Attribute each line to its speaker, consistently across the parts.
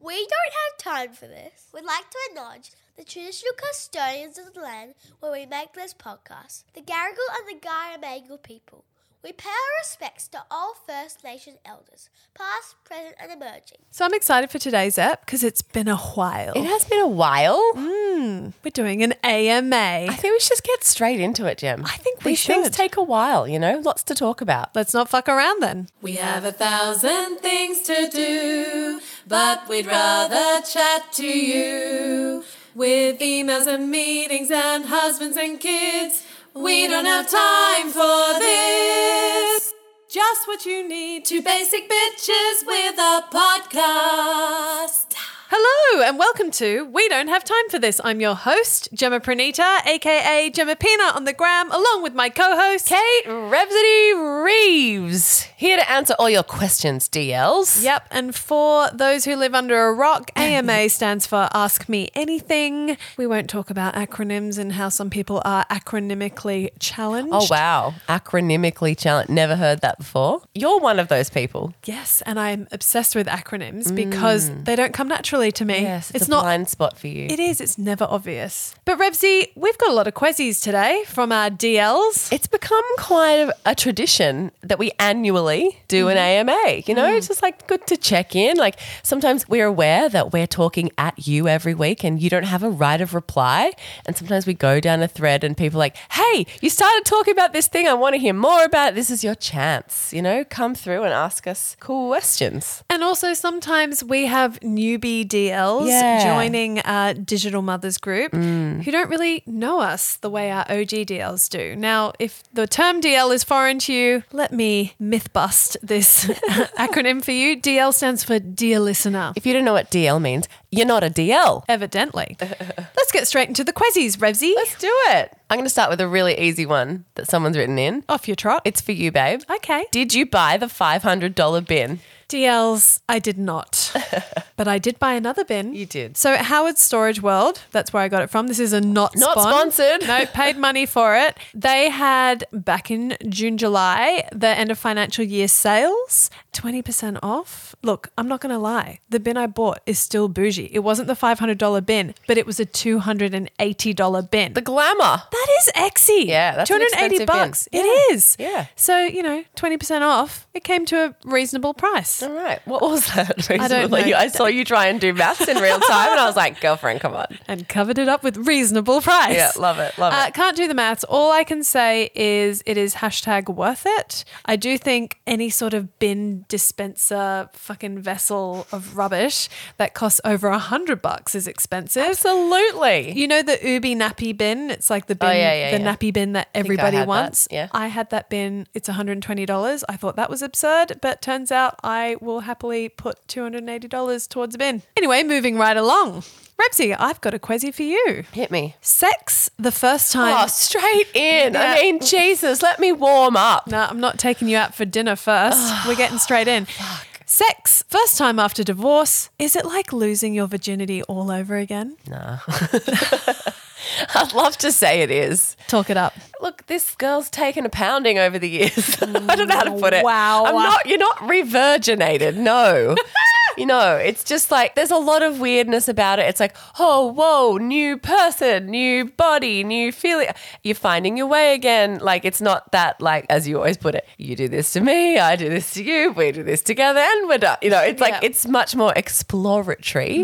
Speaker 1: We don't have time for this.
Speaker 2: We'd like to acknowledge
Speaker 1: The traditional custodians of the land where we make this podcast, the Garigal and the Garamangal people. We pay our respects to all First Nation elders, past, present, and emerging.
Speaker 3: So I'm excited for today's app because it's been a while.
Speaker 4: It has been a while.
Speaker 3: We're doing an AMA.
Speaker 4: I think we should just get straight into it, Jim. I
Speaker 3: think we
Speaker 4: These things
Speaker 3: should.
Speaker 4: take a while, you know, lots to talk about.
Speaker 3: Let's not fuck around then.
Speaker 5: We have a thousand things to do, but we'd rather chat to you. With emails and meetings and husbands and kids, we don't have time for this. Just what you need, two basic bitches with a podcast.
Speaker 3: Hello and welcome to We Don't Have Time for This. I'm your host, Gemma Pranita, aka Gemma Pina on the gram, along with my co-host.
Speaker 4: Kate Rhapsody Reeves, here to answer all your questions, DLs.
Speaker 3: Yep, and for those who live under a rock, AMA stands for Ask Me Anything. We won't talk about acronyms and how some people are acronymically challenged.
Speaker 4: Oh, wow. Acronymically challenged. Never heard that before. You're one of those people.
Speaker 3: Yes, and I'm obsessed with acronyms because they don't come naturally to me.
Speaker 4: Mm. Yes, it's, a blind spot for you.
Speaker 3: It is. It's never obvious. But Rebsy, we've got a lot of quizzies today from our DLs.
Speaker 4: it's become quite a, a tradition that we annually do an AMA. You know, it's just like good to check in. Like sometimes we're aware that we're talking at you every week and you don't have a right of reply. And sometimes we go down a thread and people are like, hey, you started talking about this thing. I want to hear more about it. This is your chance. You know, come through and ask us cool questions.
Speaker 3: And also, sometimes we have newbie DLs
Speaker 4: Yeah.
Speaker 3: joining our digital mothers group who don't really know us the way our OG DLs do. Now, if the term DL is foreign to you, let me myth bust this acronym for you. DL stands for Dear Listener.
Speaker 4: If you don't know what DL means, you're not a DL.
Speaker 3: Evidently. Let's get straight into the quizzies, Revsy.
Speaker 4: Let's do it. I'm going to start with a really easy one that someone's written in.
Speaker 3: Off your trot.
Speaker 4: It's for you, babe.
Speaker 3: Okay.
Speaker 4: Did you buy the $500 bin?
Speaker 3: DLs, I did not. but I did buy another bin.
Speaker 4: You did.
Speaker 3: So at Howard's Storage World, that's where I got it from. This is a not,
Speaker 4: Not
Speaker 3: spon-
Speaker 4: sponsored.
Speaker 3: no, paid money for it. They had back in June, July, the end of financial year sales, 20% off. Look, I'm not going to lie. The bin I bought is still bougie. It wasn't the $500 bin, but it was a $280 bin.
Speaker 4: The glamour.
Speaker 3: That is exy.
Speaker 4: Yeah, that's an
Speaker 3: 280
Speaker 4: expensive
Speaker 3: bucks.
Speaker 4: bin.
Speaker 3: It
Speaker 4: Yeah,
Speaker 3: is.
Speaker 4: yeah.
Speaker 3: So, you know, 20% off. It came to a reasonable price.
Speaker 4: All right. What was that? I
Speaker 3: don't know.
Speaker 4: I saw you try and do maths in real time, and I was like, girlfriend, come on.
Speaker 3: And covered it up with reasonable price.
Speaker 4: Yeah, love it, love
Speaker 3: Uh,
Speaker 4: it.
Speaker 3: can't do the maths. All I can say is it is hashtag worth it. I do think any sort of bin dispenser fucking vessel of rubbish that costs over a hundred bucks is expensive.
Speaker 4: Absolutely.
Speaker 3: You know the Ubi nappy bin? It's like the bin,
Speaker 4: Oh, yeah, yeah,
Speaker 3: the
Speaker 4: yeah.
Speaker 3: nappy bin that
Speaker 4: I
Speaker 3: everybody
Speaker 4: had that,
Speaker 3: wants.
Speaker 4: yeah.
Speaker 3: I had that bin. It's $120. I thought that was absurd, but turns out I will happily put $280 towards a bin. Anyway, moving right along. Rebsy, I've got a quizzy for you.
Speaker 4: Hit me.
Speaker 3: Sex the first
Speaker 4: Oh,
Speaker 3: time.
Speaker 4: straight in.
Speaker 3: Yeah.
Speaker 4: I mean, Jesus, let me warm up.
Speaker 3: No, I'm not taking you out for dinner first.
Speaker 4: Ah,
Speaker 3: We're getting straight in. Sex, first time after divorce. Is it like losing your virginity all over again?
Speaker 4: I'd love to say it is.
Speaker 3: Talk it up.
Speaker 4: Look, this girl's taken a pounding over the years. I don't know how to put it.
Speaker 3: Wow.
Speaker 4: I'm not, you're not revirginated. No. you know, it's just like there's a lot of weirdness about it. It's like, oh, whoa, new person, new body, new feeling. You're finding your way again. Like, it's not that, like, as you always put it, you do this to me, I do this to you, we do this together, and we're done. You know, it's like,
Speaker 3: Yeah. Mm.
Speaker 4: it's much more exploratory.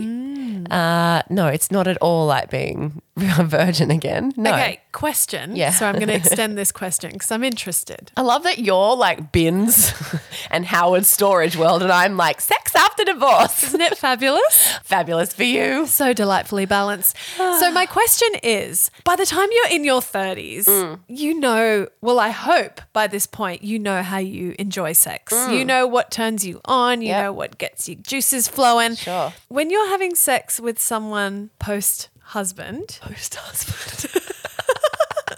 Speaker 4: Uh, no, it's not at all like being a virgin again. No.
Speaker 3: Okay, question.
Speaker 4: Yeah.
Speaker 3: So I'm going to extend this question because I'm interested.
Speaker 4: I love that you're like bins and Howard Storage World, and I'm like sex after divorce.
Speaker 3: Isn't it fabulous?
Speaker 4: Fabulous for you.
Speaker 3: So delightfully balanced. so, my question is by the time you're in your 30s,
Speaker 4: Mm.
Speaker 3: you know, well, I hope by this point, you know how you enjoy sex. You know what turns you on, you
Speaker 4: Mm. Yep.
Speaker 3: know what gets your juices flowing.
Speaker 4: Sure.
Speaker 3: When you're having sex with someone post husband,
Speaker 4: Post husband.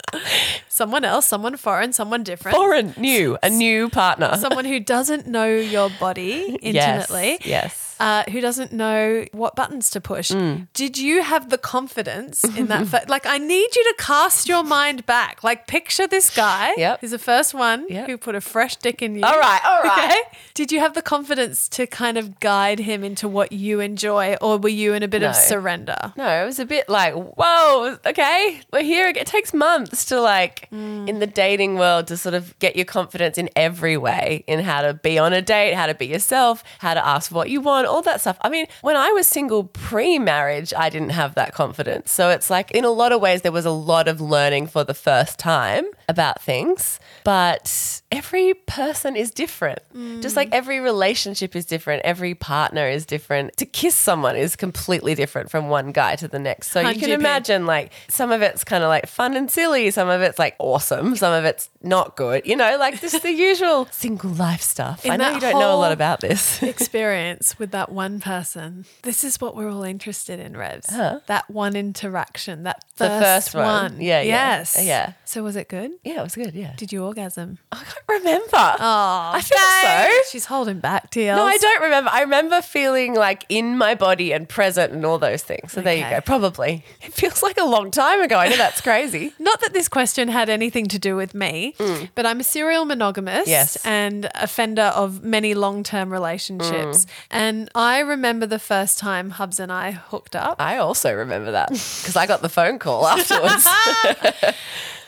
Speaker 3: someone else, someone foreign, someone different.
Speaker 4: Foreign, new, a new partner.
Speaker 3: Someone who doesn't know your body
Speaker 4: Yes,
Speaker 3: intimately.
Speaker 4: Yes.
Speaker 3: uh, who doesn't know what buttons to push.
Speaker 4: Mm.
Speaker 3: Did you have the confidence in that? Fa- like, I need you to cast your mind back. Like, picture this guy.
Speaker 4: Yep.
Speaker 3: He's the first one
Speaker 4: Yep.
Speaker 3: who put a fresh dick in you.
Speaker 4: All right, all right.
Speaker 3: Did you have the confidence to kind of guide him into what you enjoy, or were you in a bit
Speaker 4: No.
Speaker 3: of surrender?
Speaker 4: No, it was a bit like, whoa, okay, we're here. again." It takes months to like in the dating world to sort of get your confidence in every way in how to be on a date, how to be yourself, how to ask for what you want, all that stuff. I mean, when I was single pre-marriage, I didn't have that confidence. So it's like in a lot of ways there was a lot of learning for the first time about things, but every person is different. Just like every relationship is different, every partner is different. To kiss someone is completely different from one guy to the next. So you can
Speaker 3: 100p.
Speaker 4: imagine like some of it's kind of like fun and silly, some of it's like awesome, some of it's not good. You know, like just the usual single life stuff.
Speaker 3: In
Speaker 4: I know
Speaker 3: that
Speaker 4: you don't know a lot
Speaker 3: whole-
Speaker 4: about this.
Speaker 3: experience with that one person. This is what we're all interested in, Revs. That one interaction, that first,
Speaker 4: The first
Speaker 3: one.
Speaker 4: one. Yeah, yeah,
Speaker 3: Yes.
Speaker 4: yeah.
Speaker 3: So was it good?
Speaker 4: yeah, it was good. Yeah.
Speaker 3: Did you orgasm?
Speaker 4: I can't remember. Oh, I feel so.
Speaker 3: She's holding back, TL.
Speaker 4: No, I don't remember. I remember feeling like in my body and present and all those things. So there
Speaker 3: Okay.
Speaker 4: you go. Probably. It feels like a long time ago. I know that's crazy.
Speaker 3: Not that this question had anything to do with me, but I'm a serial monogamist
Speaker 4: Yes.
Speaker 3: and a fender of many long term relationships. And I remember the first time Hubs and I hooked up.
Speaker 4: I also remember that because I got the phone call afterwards.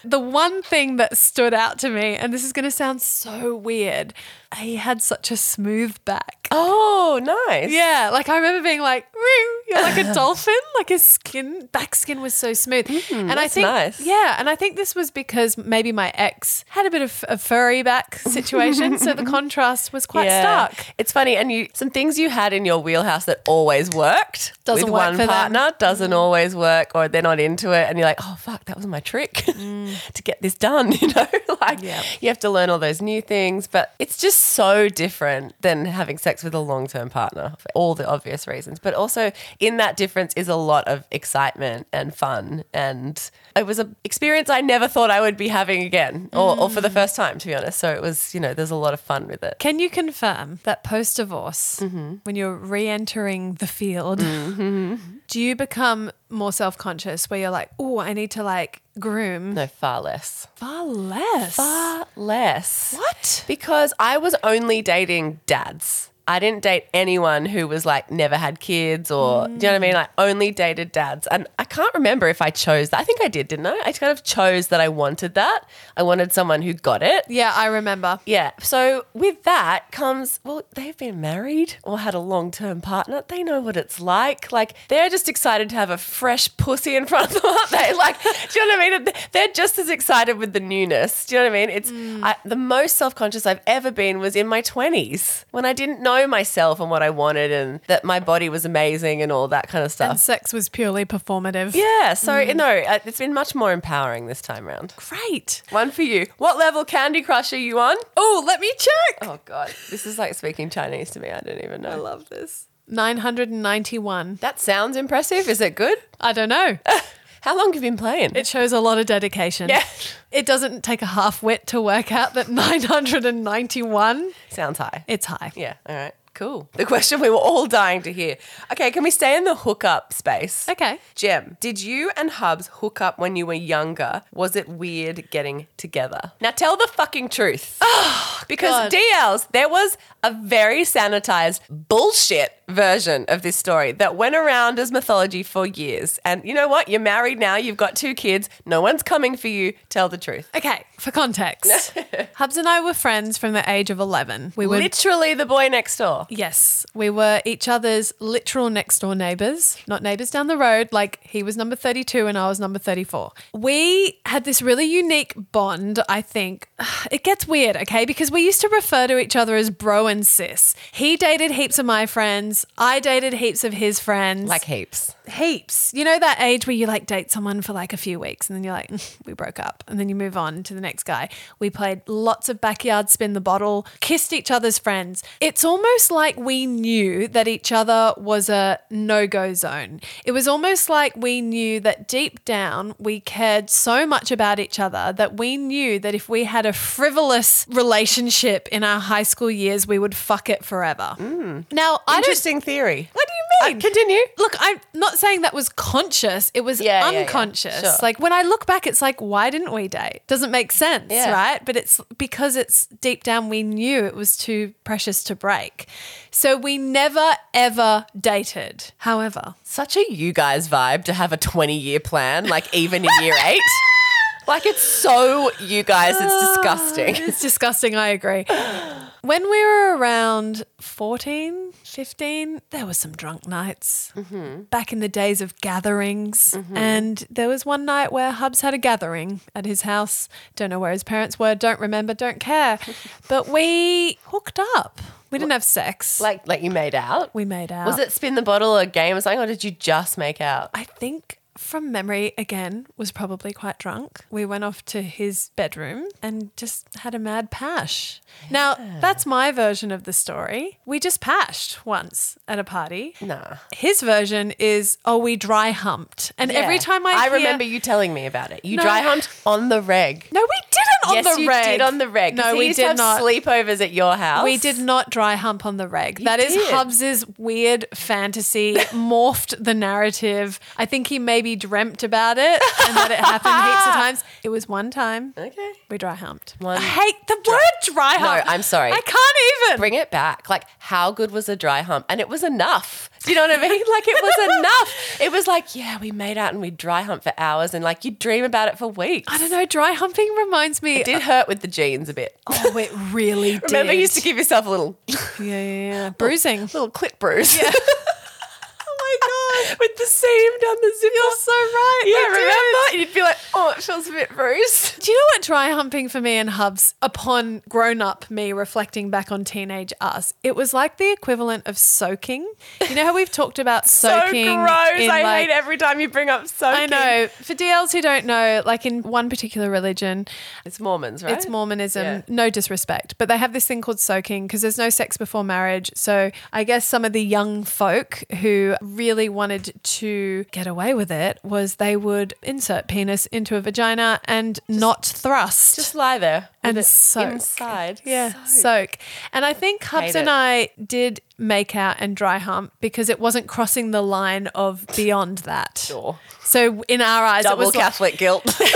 Speaker 3: the one thing that stood out to me, and this is going to sound so weird, he had such a smooth back.
Speaker 4: oh, nice.
Speaker 3: Yeah, like I remember being like, "Meow," you're like a dolphin. Like his skin, back skin was so smooth. and I
Speaker 4: Hmm, that's
Speaker 3: think,
Speaker 4: nice.
Speaker 3: yeah, and I think this was because maybe my ex had a bit of a furry back situation. so the contrast was quite
Speaker 4: Yeah.
Speaker 3: stark.
Speaker 4: It's funny, and you some things you had in your wheelhouse that always worked
Speaker 3: Doesn't
Speaker 4: with
Speaker 3: work
Speaker 4: one
Speaker 3: for them. Mm.
Speaker 4: partner doesn't always work, or they're not into it, and you're like, oh fuck, that was my trick
Speaker 3: Mm.
Speaker 4: to get this done. You know, like you have to learn all those new things, but it's just so different than having sex with a long term partner for all the obvious reasons. But also in that difference is a lot of excitement and fun, and it was an experience I never thought I would be having again, or, or for
Speaker 3: Mm.
Speaker 4: the first time, to be honest. So it was, you know, there's a lot of fun with it.
Speaker 3: Can you confirm that post divorce,
Speaker 4: Mm-hmm.
Speaker 3: when you're re entering the field, do you become more self conscious where you're like, oh, I need to like groom
Speaker 4: No, far less.
Speaker 3: far less?
Speaker 4: Far less.
Speaker 3: What?
Speaker 4: Because I was only dating dads. I didn't date anyone who was like never had kids or do you know what I mean? Like only dated dads. And I can't remember if I chose that. I think I did, didn't I? I kind of chose that I wanted that. I wanted someone who got it.
Speaker 3: Yeah, I remember.
Speaker 4: Yeah. So with that comes, well, they've been married or had a long term partner. They know what it's like. Like they're just excited to have a fresh pussy in front of them, aren't they? Like, do you know what I mean? They're just as excited with the newness. Do you know what I mean? It's I, the most self conscious I've ever been was in my twenties when I didn't know myself and what I wanted and that my body was amazing and all that kind of
Speaker 3: And
Speaker 4: stuff.
Speaker 3: sex was purely performative.
Speaker 4: yeah. So you know, uh, it's been much more empowering this time round.
Speaker 3: Great.
Speaker 4: One for you. What level Candy Crush are you on?
Speaker 3: Oh, let me check.
Speaker 4: Oh god, this is like speaking Chinese to me. I don't even know. I love this.
Speaker 3: 991.
Speaker 4: That sounds impressive. Is it good?
Speaker 3: I don't know.
Speaker 4: How long have you been playing?
Speaker 3: It shows a lot of dedication.
Speaker 4: Yeah.
Speaker 3: It doesn't take a half wit to work out that 991,
Speaker 4: sounds high.
Speaker 3: it's high.
Speaker 4: yeah. All right. Cool. The question we were all dying to hear. Okay, can we stay in the hookup space?
Speaker 3: Okay.
Speaker 4: Jem, did you and Hubs hook up when you were younger? Was it weird getting together? Now tell the fucking truth. because
Speaker 3: God.
Speaker 4: DLs, there was a very sanitized bullshit version of this story that went around as mythology for years. And you know what? You're married now, you've got two kids, no one's coming for you. Tell the truth.
Speaker 3: Okay, for context, Hubs and I were friends from the age of 11. We were
Speaker 4: Literally the boy next door.
Speaker 3: Yes, we were each other's literal next door neighbors, not neighbors down the road. Like he was number 32 and I was number 34. We had this really unique bond, I think. It gets weird, okay? Because we used to refer to each other as bro and sis. He dated heaps of my friends, I dated heaps of his friends.
Speaker 4: Like heaps.
Speaker 3: heaps. You know that age where you like date someone for like a few weeks and then you're like, "Mm, we broke up. And then you move on to the next guy. We played lots of backyard spin the bottle, kissed each other's friends. It's almost like we knew that each other was a no go zone. It was almost like we knew that deep down we cared so much about each other that we knew that if we had a frivolous relationship in our high school years, we would fuck it forever. Now, I don't
Speaker 4: interesting theory.
Speaker 3: What do you mean?
Speaker 4: Uh, continue.
Speaker 3: Look, I'm not saying that was conscious. It was
Speaker 4: Yeah, yeah, yeah.
Speaker 3: unconscious.
Speaker 4: Sure.
Speaker 3: Like when I look back, it's like, why didn't we date? Doesn't make sense,
Speaker 4: Yeah.
Speaker 3: right? But it's because it's deep down we knew it was too precious to break. So we never ever dated. However,
Speaker 4: Such a you guys vibe to have a 20 year plan, like even in year eight. Like it's so you guys, it's disgusting.
Speaker 3: it's disgusting, I agree. When we were around 14, 15, there were some drunk nights
Speaker 4: Mm-hmm.
Speaker 3: back in the days of gatherings. And there was one night where Hubs had a gathering at his house. Don't know where his parents were, don't remember, don't care. but we hooked up. We didn't have sex.
Speaker 4: Like like you made out.
Speaker 3: we made out.
Speaker 4: Was it spin the bottle or game or something, or did you just make out?
Speaker 3: I think from memory again was probably quite drunk. We went off to his bedroom and just had a mad pash. Now, that's my version of the story. We just pashed once at a party.
Speaker 4: Nah.
Speaker 3: His version is oh we dry humped. And every
Speaker 4: Yeah.
Speaker 3: time I
Speaker 4: I
Speaker 3: hear-
Speaker 4: remember you telling me about it. You
Speaker 3: No.
Speaker 4: dry humped on the reg.
Speaker 3: No, we didn't on
Speaker 4: yes,
Speaker 3: the
Speaker 4: you
Speaker 3: reg.
Speaker 4: did on the reg. 'cause
Speaker 3: No,
Speaker 4: he
Speaker 3: we
Speaker 4: used to
Speaker 3: did
Speaker 4: have
Speaker 3: not.
Speaker 4: Sleepovers at your house.
Speaker 3: We did not dry hump on the reg. that is
Speaker 4: did.
Speaker 3: Hubs's weird fantasy morphed the narrative. I think he maybe dreamt about it and that it happened heaps of times. It was one time.
Speaker 4: Okay.
Speaker 3: We dry humped.
Speaker 4: One
Speaker 3: I hate the word dry
Speaker 4: No,
Speaker 3: hump.
Speaker 4: I'm sorry.
Speaker 3: I can't even.
Speaker 4: Bring it back. Like, how good was a dry hump? And it was enough. Do you know what I mean? Like, it was enough. It was like, yeah, we made out and we dry hump for hours and like you dream about it for weeks.
Speaker 3: I don't know. Dry humping reminds me.
Speaker 4: It did hurt with the jeans a bit.
Speaker 3: Oh, it really did.
Speaker 4: Remember, you used to give yourself a little
Speaker 3: Yeah, yeah, yeah. Bruising.
Speaker 4: little clit bruise. Yeah. oh my god! With the seam down the zipper. You're so right. Yeah,
Speaker 3: did.
Speaker 4: remember? You'd be like, oh, it feels a bit bruised.
Speaker 3: Do you know what dry humping for me and Hubs, upon grown up me reflecting back on teenage us, it was like the equivalent of soaking. You know how we've talked about soaking?
Speaker 4: so gross. I
Speaker 3: in, like-
Speaker 4: hate every time you bring up soaking.
Speaker 3: I know. For DLs who don't know, like in one particular religion,
Speaker 4: It's Mormons, right?
Speaker 3: It's Mormonism.
Speaker 4: Oh, Yeah.
Speaker 3: No disrespect, but they have this thing called soaking because there's no sex before marriage. So I guess some of the young folk who really wanted to get away with it was they would insert penis into a vagina and not thrust.
Speaker 4: Just lie there with
Speaker 3: and
Speaker 4: it
Speaker 3: soak.
Speaker 4: inside.
Speaker 3: Yeah,
Speaker 4: Soak.
Speaker 3: soak. And I think Hubs
Speaker 4: Hate
Speaker 3: and
Speaker 4: it.
Speaker 3: I did make out and dry hump because it wasn't crossing the line of beyond that.
Speaker 4: Sure.
Speaker 3: So in our eyes, it
Speaker 4: Double
Speaker 3: was like-
Speaker 4: Catholic guilt.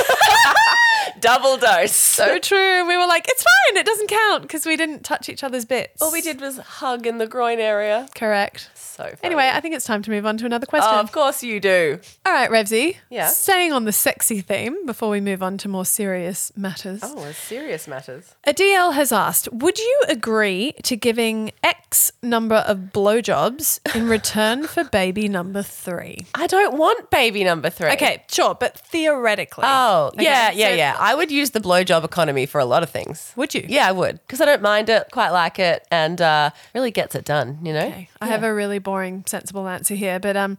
Speaker 4: Double dose.
Speaker 3: so true. We were like, it's fine. It doesn't count because we didn't touch each other's bits.
Speaker 4: all we did was hug in the groin area.
Speaker 3: Correct.
Speaker 4: So funny.
Speaker 3: Anyway, I think it's time to move on to another question.
Speaker 4: oh, of course you do.
Speaker 3: All right, Revsy.
Speaker 4: Yeah.
Speaker 3: Staying on the sexy theme before we move on to more serious matters.
Speaker 4: Oh, it's serious matters.
Speaker 3: A DL has asked Would you agree to giving X number of blowjobs in return for baby number three?
Speaker 4: I don't want baby number three.
Speaker 3: Okay, sure, but theoretically.
Speaker 4: Oh,
Speaker 3: Okay,
Speaker 4: yeah, yeah,
Speaker 3: so-
Speaker 4: yeah. I would use the blowjob economy for a lot of things.
Speaker 3: Would you?
Speaker 4: Yeah, I would. Because I don't mind it, quite like it, and uh, really gets it done, you know?
Speaker 3: Okay. I have a really boring, sensible answer here, but um,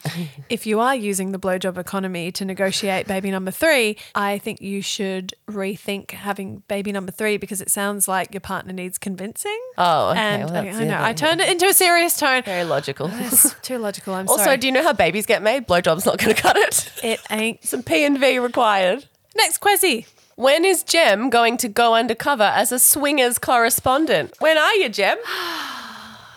Speaker 3: if you are using the blowjob economy to negotiate baby number three, I think you should rethink having baby number three because it sounds like your partner needs convincing.
Speaker 4: Oh, okay.
Speaker 3: and
Speaker 4: Well, that's
Speaker 3: I
Speaker 4: the
Speaker 3: know
Speaker 4: other
Speaker 3: I
Speaker 4: one.
Speaker 3: turned it into a serious tone.
Speaker 4: Very logical.
Speaker 3: It's too logical. I'm
Speaker 4: also,
Speaker 3: sorry.
Speaker 4: do you know how babies get made? Blowjob's not going to cut it.
Speaker 3: it ain't
Speaker 4: Some P and V required.
Speaker 3: next, Quezzy.
Speaker 4: When is Jem going to go undercover as a swingers correspondent? When are you, Jem?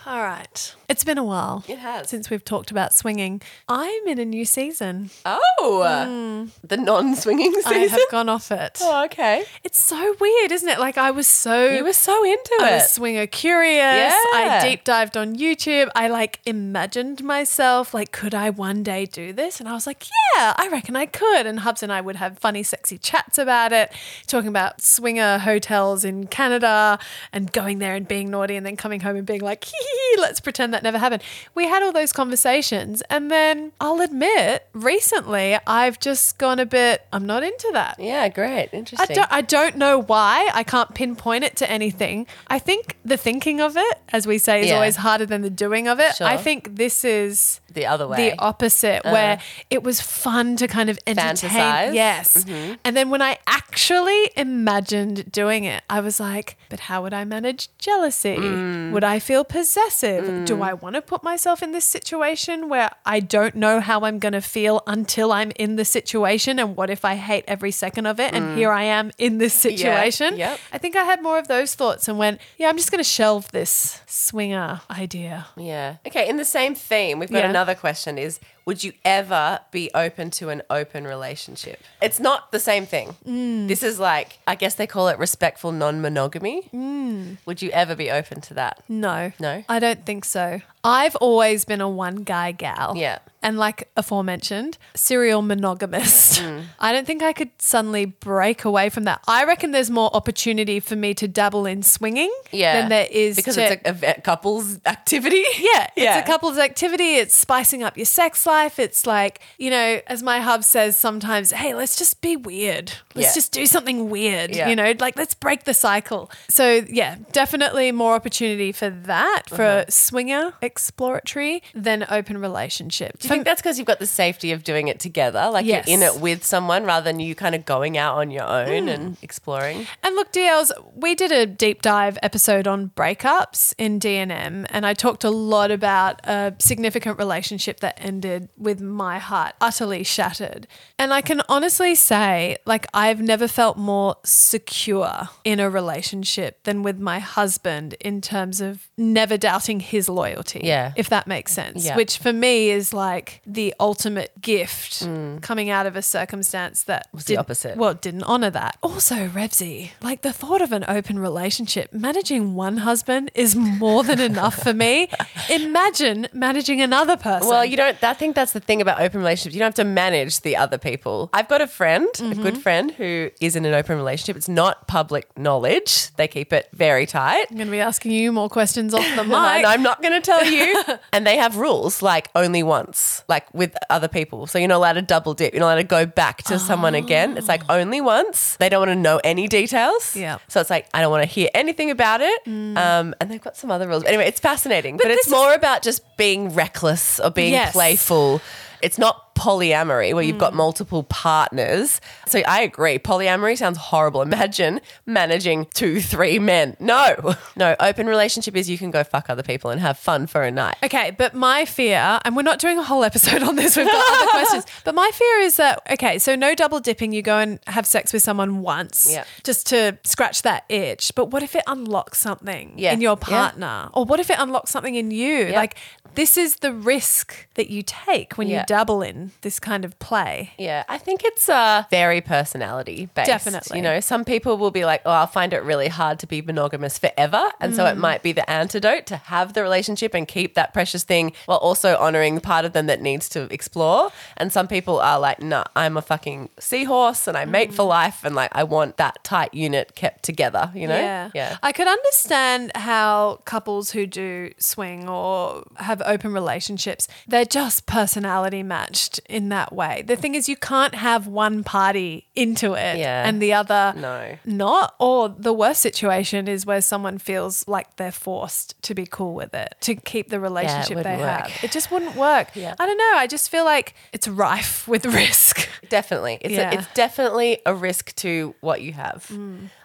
Speaker 3: All right, it's been a while.
Speaker 4: It has.
Speaker 3: since we've talked about swinging. I'm in a new season.
Speaker 4: Oh, the non-swinging
Speaker 3: Hmm. I
Speaker 4: season.
Speaker 3: have gone off it.
Speaker 4: oh, okay.
Speaker 3: It's so weird, isn't it? Like I was so
Speaker 4: You were so into
Speaker 3: I
Speaker 4: it.
Speaker 3: was swinger curious. I
Speaker 4: Yeah.
Speaker 3: deep dived on YouTube. I like imagined myself like, could I one day do this? And I was like, yeah, I reckon I could. And Hubs and I would have funny, sexy chats about it, talking about swinger hotels in Canada and going there and being naughty and then coming home and being like, hee, hee, let's pretend that never happened. We had all those conversations. And then I'll admit, recently I've just gone a bit, I'm not into that.
Speaker 4: yeah, great.
Speaker 3: I
Speaker 4: Interesting.
Speaker 3: don't, I don't know why. I can't pinpoint it to anything. I think the thinking of it, as we say, is
Speaker 4: Yeah.
Speaker 3: always harder than the doing of it.
Speaker 4: Sure.
Speaker 3: I think this is
Speaker 4: the other way. Uh.
Speaker 3: the opposite, where it was fun to kind of entertain.
Speaker 4: Fantasize.
Speaker 3: Yes. And then when I actually imagined doing it, I was like, but how would I manage jealousy? Would I feel possessive? Do I I want to put myself in this situation where I don't know how I'm going to feel until I'm in the situation? And what if I hate every second of it? And here I am in this situation.
Speaker 4: yep.
Speaker 3: I think I had more of those thoughts and went, yeah, I'm just going to shelve this swinger idea.
Speaker 4: Yeah. Okay. In the same theme, we've got
Speaker 3: Yeah.
Speaker 4: another question: Is would you ever be open to an open relationship? It's not the same thing.
Speaker 3: Hmm.
Speaker 4: This is like I guess they call it respectful non-monogamy.
Speaker 3: Hmm.
Speaker 4: Would you ever be open to that?
Speaker 3: No.
Speaker 4: No?
Speaker 3: I don't think so. I've always been a one guy gal.
Speaker 4: Yeah.
Speaker 3: And like aforementioned, serial monogamist.
Speaker 4: Mm.
Speaker 3: I don't think I could suddenly break away from that. I reckon there's more opportunity for me to dabble in swinging
Speaker 4: Yeah.
Speaker 3: than there is
Speaker 4: because
Speaker 3: to-
Speaker 4: it's a, a ve- couples activity.
Speaker 3: yeah,
Speaker 4: Yeah.
Speaker 3: it's a couple's activity. It's spicing up your sex life. It's like, you know, as my hub says sometimes, hey, let's just be weird. Let's
Speaker 4: Yeah.
Speaker 3: just do something weird,
Speaker 4: Yeah.
Speaker 3: you know, like let's break the cycle. So, yeah, definitely more opportunity for that, for
Speaker 4: Uh-huh.
Speaker 3: swinger exploratory than open relationship.
Speaker 4: Do you think that's because you've got the safety of doing it together? Like
Speaker 3: Yes.
Speaker 4: you're in it with someone rather than you kind of going out on your own and exploring?
Speaker 3: And look, DLs, we did a deep dive episode on breakups in DNM, and I talked a lot about a significant relationship that ended with my heart utterly shattered. And I can honestly say, like, I've never felt more secure in a relationship than with my husband in terms of never doubting his loyalty.
Speaker 4: Yeah.
Speaker 3: If that makes sense,
Speaker 4: Yeah.
Speaker 3: which for me is like the ultimate gift coming out of a circumstance that was
Speaker 4: Mm. the opposite.
Speaker 3: well, didn't honor that. Also, Revsy, like the thought of an open relationship, managing one husband is more than enough for me. Imagine managing another person.
Speaker 4: Well, you don't. I think that's the thing about open relationships. You don't have to manage the other people. I've got a friend, a good friend, who is in an open relationship. It's not public knowledge. They keep it very tight.
Speaker 3: I'm going to be asking you more questions off the mic.
Speaker 4: And I'm not going to tell you. and they have rules like only once, like with other people. So you're not allowed to double dip. You're not allowed to go back to someone again. It's
Speaker 3: Oh.
Speaker 4: like only once. They don't want to know any details.
Speaker 3: Yeah.
Speaker 4: So it's like, I don't want to hear anything about it. Um, and they've got some other rules. Anyway, it's fascinating. But,
Speaker 3: Mm. this
Speaker 4: it's
Speaker 3: is-
Speaker 4: more about just being reckless or being
Speaker 3: Yes.
Speaker 4: playful. It's not polyamory where you've got multiple partners. So I agree. Polyamory sounds horrible. Imagine managing two, three men. No, no. Open relationship is you can go fuck other people and have fun for a night.
Speaker 3: Okay, but my fear, and we're not doing a whole episode on this, we've got other questions. But my fear is that, okay, so no double dipping, you go and have sex with someone once
Speaker 4: Yeah.
Speaker 3: just to scratch that itch. But what if it unlocks something
Speaker 4: Yeah.
Speaker 3: in your
Speaker 4: Yeah.
Speaker 3: partner? Or what if it unlocks something in you? Like, this is the risk that you take when
Speaker 4: Yeah.
Speaker 3: you dabble in this kind of play.
Speaker 4: Yeah, I think it's uh, very personality based.
Speaker 3: Definitely.
Speaker 4: You know, some people will be like, oh, I'll find it really hard to be monogamous forever. And so it might be the antidote to have the relationship and keep that precious thing while also honoring the part of them that needs to explore. And some people are like, nah, I'm a fucking seahorse and I mate for life. And like, I want that tight unit kept together, you know?
Speaker 3: Yeah.
Speaker 4: Yeah.
Speaker 3: I could understand how couples who do swing or have open relationships, they're just personality matched in that way. The thing is, you can't have one party into it
Speaker 4: Yeah.
Speaker 3: and the other
Speaker 4: No.
Speaker 3: not. Or the worst situation is where someone feels like they're forced to be cool with it, to keep the relationship they
Speaker 4: wouldn't work.
Speaker 3: have. It just wouldn't work.
Speaker 4: Yeah.
Speaker 3: I don't know. I just feel like it's rife with risk.
Speaker 4: Definitely. It's,
Speaker 3: Yeah. Mm.
Speaker 4: a, it's definitely a risk to what you have.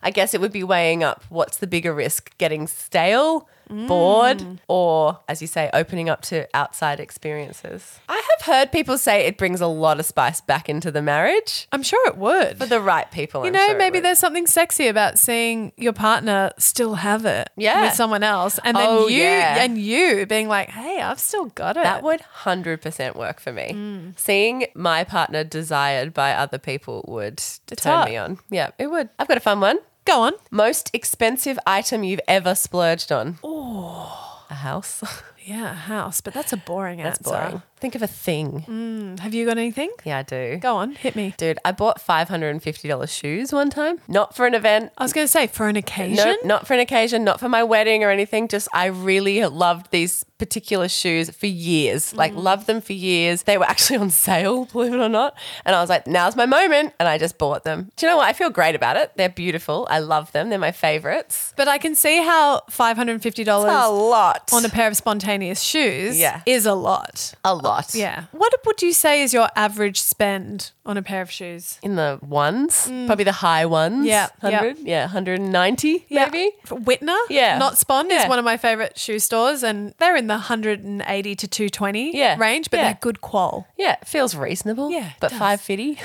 Speaker 4: I guess it would be weighing up what's the bigger risk getting stale,
Speaker 3: Mm.
Speaker 4: bored, or, as you say, opening up to outside experiences. I have heard people say it brings a lot of spice back into the marriage
Speaker 3: I'm sure it would.
Speaker 4: for the right people.
Speaker 3: You know, maybe there's something sexy about seeing your partner still have it
Speaker 4: Yeah.
Speaker 3: with someone else, and then
Speaker 4: Oh,
Speaker 3: you
Speaker 4: yeah.
Speaker 3: and you being like, "Hey, I've still got it."
Speaker 4: That would 100% work for me.
Speaker 3: Mm.
Speaker 4: Seeing my partner desired by other people would turn
Speaker 3: hot.
Speaker 4: me on. Yeah, it would. I've got a fun one.
Speaker 3: Go on.
Speaker 4: Most expensive item you've ever splurged on? Oh, a house.
Speaker 3: Yeah, a house, but that's a boring
Speaker 4: That's
Speaker 3: answer. Mm,
Speaker 4: boring. Think of a thing.
Speaker 3: Have you got anything?
Speaker 4: Yeah, I do.
Speaker 3: Go on, hit me.
Speaker 4: Dude, I bought five hundred and fifty dollars shoes one time. Not for an event.
Speaker 3: I was going to say for an occasion.
Speaker 4: No, not for an occasion, not for my wedding or anything. Just I really loved these particular shoes for years. Like
Speaker 3: Mm.
Speaker 4: loved them for years. They were actually on sale, believe it or not. And I was like, now's my moment. And I just bought them. Do you know what? I feel great about it. They're beautiful. I love them. They're my favorites.
Speaker 3: But I can see how five hundred and fifty
Speaker 4: A
Speaker 3: dollars
Speaker 4: lot.
Speaker 3: on a pair of spontaneous shoes
Speaker 4: Yeah.
Speaker 3: is a lot.
Speaker 4: a lot.
Speaker 3: Yeah. What would you say is your average spend on a pair of shoes?
Speaker 4: In the ones, probably the high ones.
Speaker 3: Yeah, yeah.
Speaker 4: 100. Mm. Yeah. 190 maybe.
Speaker 3: For Whitner,
Speaker 4: Yeah.
Speaker 3: not Spon
Speaker 4: Yeah.
Speaker 3: is one of my favorite shoe stores, and they're in in the 180 to 220
Speaker 4: Yeah.
Speaker 3: range, but
Speaker 4: Yeah.
Speaker 3: they're good qual.
Speaker 4: Yeah, it feels reasonable.
Speaker 3: Yeah, it
Speaker 4: But
Speaker 3: does.
Speaker 4: 550?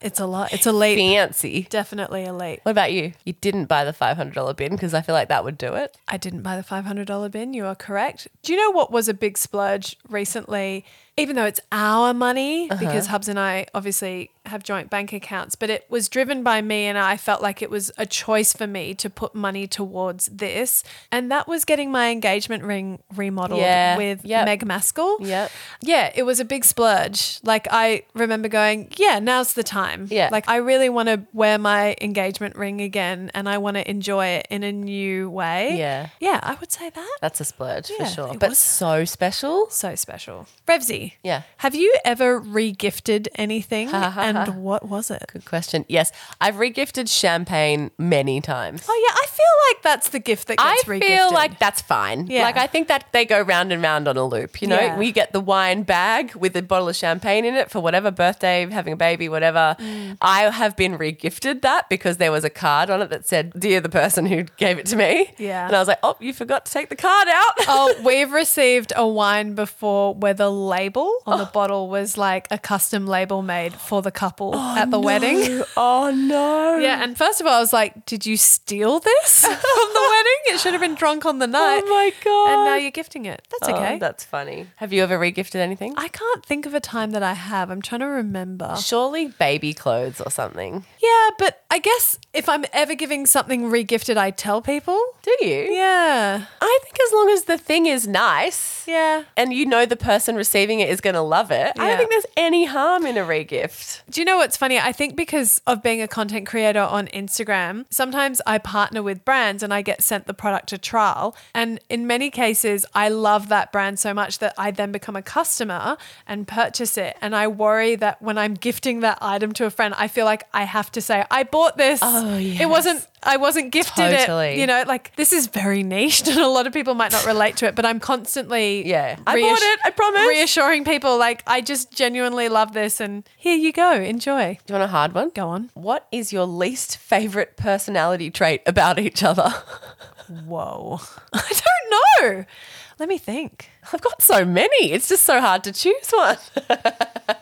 Speaker 3: It's a lot. It's a late.
Speaker 4: Fancy.
Speaker 3: Definitely a late.
Speaker 4: What about you? You didn't buy the $500 bin because I feel like that would do it.
Speaker 3: I didn't buy the $500 bin. You are correct. Do you know what was a big splurge recently? Even though it's our money,
Speaker 4: Uh-huh.
Speaker 3: because Hubs and I obviously have joint bank accounts, but it was driven by me, and I felt like it was a choice for me to put money towards this. And that was getting my engagement ring remodeled
Speaker 4: Yeah.
Speaker 3: with
Speaker 4: Yep.
Speaker 3: Meg Maskell.
Speaker 4: Yep.
Speaker 3: Yeah, it was a big splurge. Like, I remember going, yeah, now's the time.
Speaker 4: Yeah.
Speaker 3: Like, I really want to wear my engagement ring again and I want to enjoy it in a new way.
Speaker 4: Yeah.
Speaker 3: Yeah, I would say that.
Speaker 4: That's a splurge
Speaker 3: Yeah,
Speaker 4: for sure.
Speaker 3: it
Speaker 4: But
Speaker 3: was.
Speaker 4: so special.
Speaker 3: so special. Revsy.
Speaker 4: Yeah.
Speaker 3: Have you ever regifted anything and what was it?
Speaker 4: Good question. Yes, I've regifted champagne many times.
Speaker 3: Oh yeah, I feel like that's the gift that
Speaker 4: I
Speaker 3: gets regifted.
Speaker 4: feel like that's fine.
Speaker 3: Yeah.
Speaker 4: Like I think that they go round and round on a loop. You know,
Speaker 3: Yeah.
Speaker 4: we get the wine bag with a bottle of champagne in it for whatever birthday, having a baby, whatever.
Speaker 3: Mm.
Speaker 4: I have been regifted that because there was a card on it that said, "Dear the person who gave it to me."
Speaker 3: Yeah.
Speaker 4: and I was like, "Oh, you forgot to take the card out."
Speaker 3: Oh, we've received a wine before where the label on the bottle was like a custom label made for the couple at the wedding.
Speaker 4: oh no!
Speaker 3: Yeah, and first of all, I was like, "Did you steal this from the wedding? It should have been drunk on the night."
Speaker 4: Oh my god!
Speaker 3: And now you're gifting it. That's
Speaker 4: Oh,
Speaker 3: okay.
Speaker 4: That's funny. Have you ever regifted anything?
Speaker 3: I can't think of a time that I have. I'm trying to remember.
Speaker 4: Surely baby clothes or something.
Speaker 3: Yeah, but I guess if I'm ever giving something regifted, I tell people.
Speaker 4: Do you?
Speaker 3: Yeah,
Speaker 4: I think as long as the thing is nice
Speaker 3: yeah.
Speaker 4: and you know the person receiving it is going to love it,
Speaker 3: Yeah.
Speaker 4: I don't think there's any harm in a regift.
Speaker 3: Do you know what's funny? I think because of being a content creator on Instagram, sometimes I partner with brands and I get sent the product to trial. And in many cases, I love that brand so much that I then become a customer and purchase it. And I worry that when I'm gifting that item to a friend, I feel like I have to say, I bought this.
Speaker 4: Oh,
Speaker 3: It
Speaker 4: yes.
Speaker 3: wasn't, I wasn't gifted
Speaker 4: Totally.
Speaker 3: it. You know, like this is very niche and a lot of people might not relate to it, but I'm constantly
Speaker 4: Yeah. I bought it, I promise.
Speaker 3: reassuring people like I just genuinely love this and here you go, enjoy.
Speaker 4: Do you want a hard one?
Speaker 3: Go on.
Speaker 4: What is your least favorite personality trait about each other?
Speaker 3: Whoa. I don't know. Let me think.
Speaker 4: I've got so many. It's just so hard to choose one.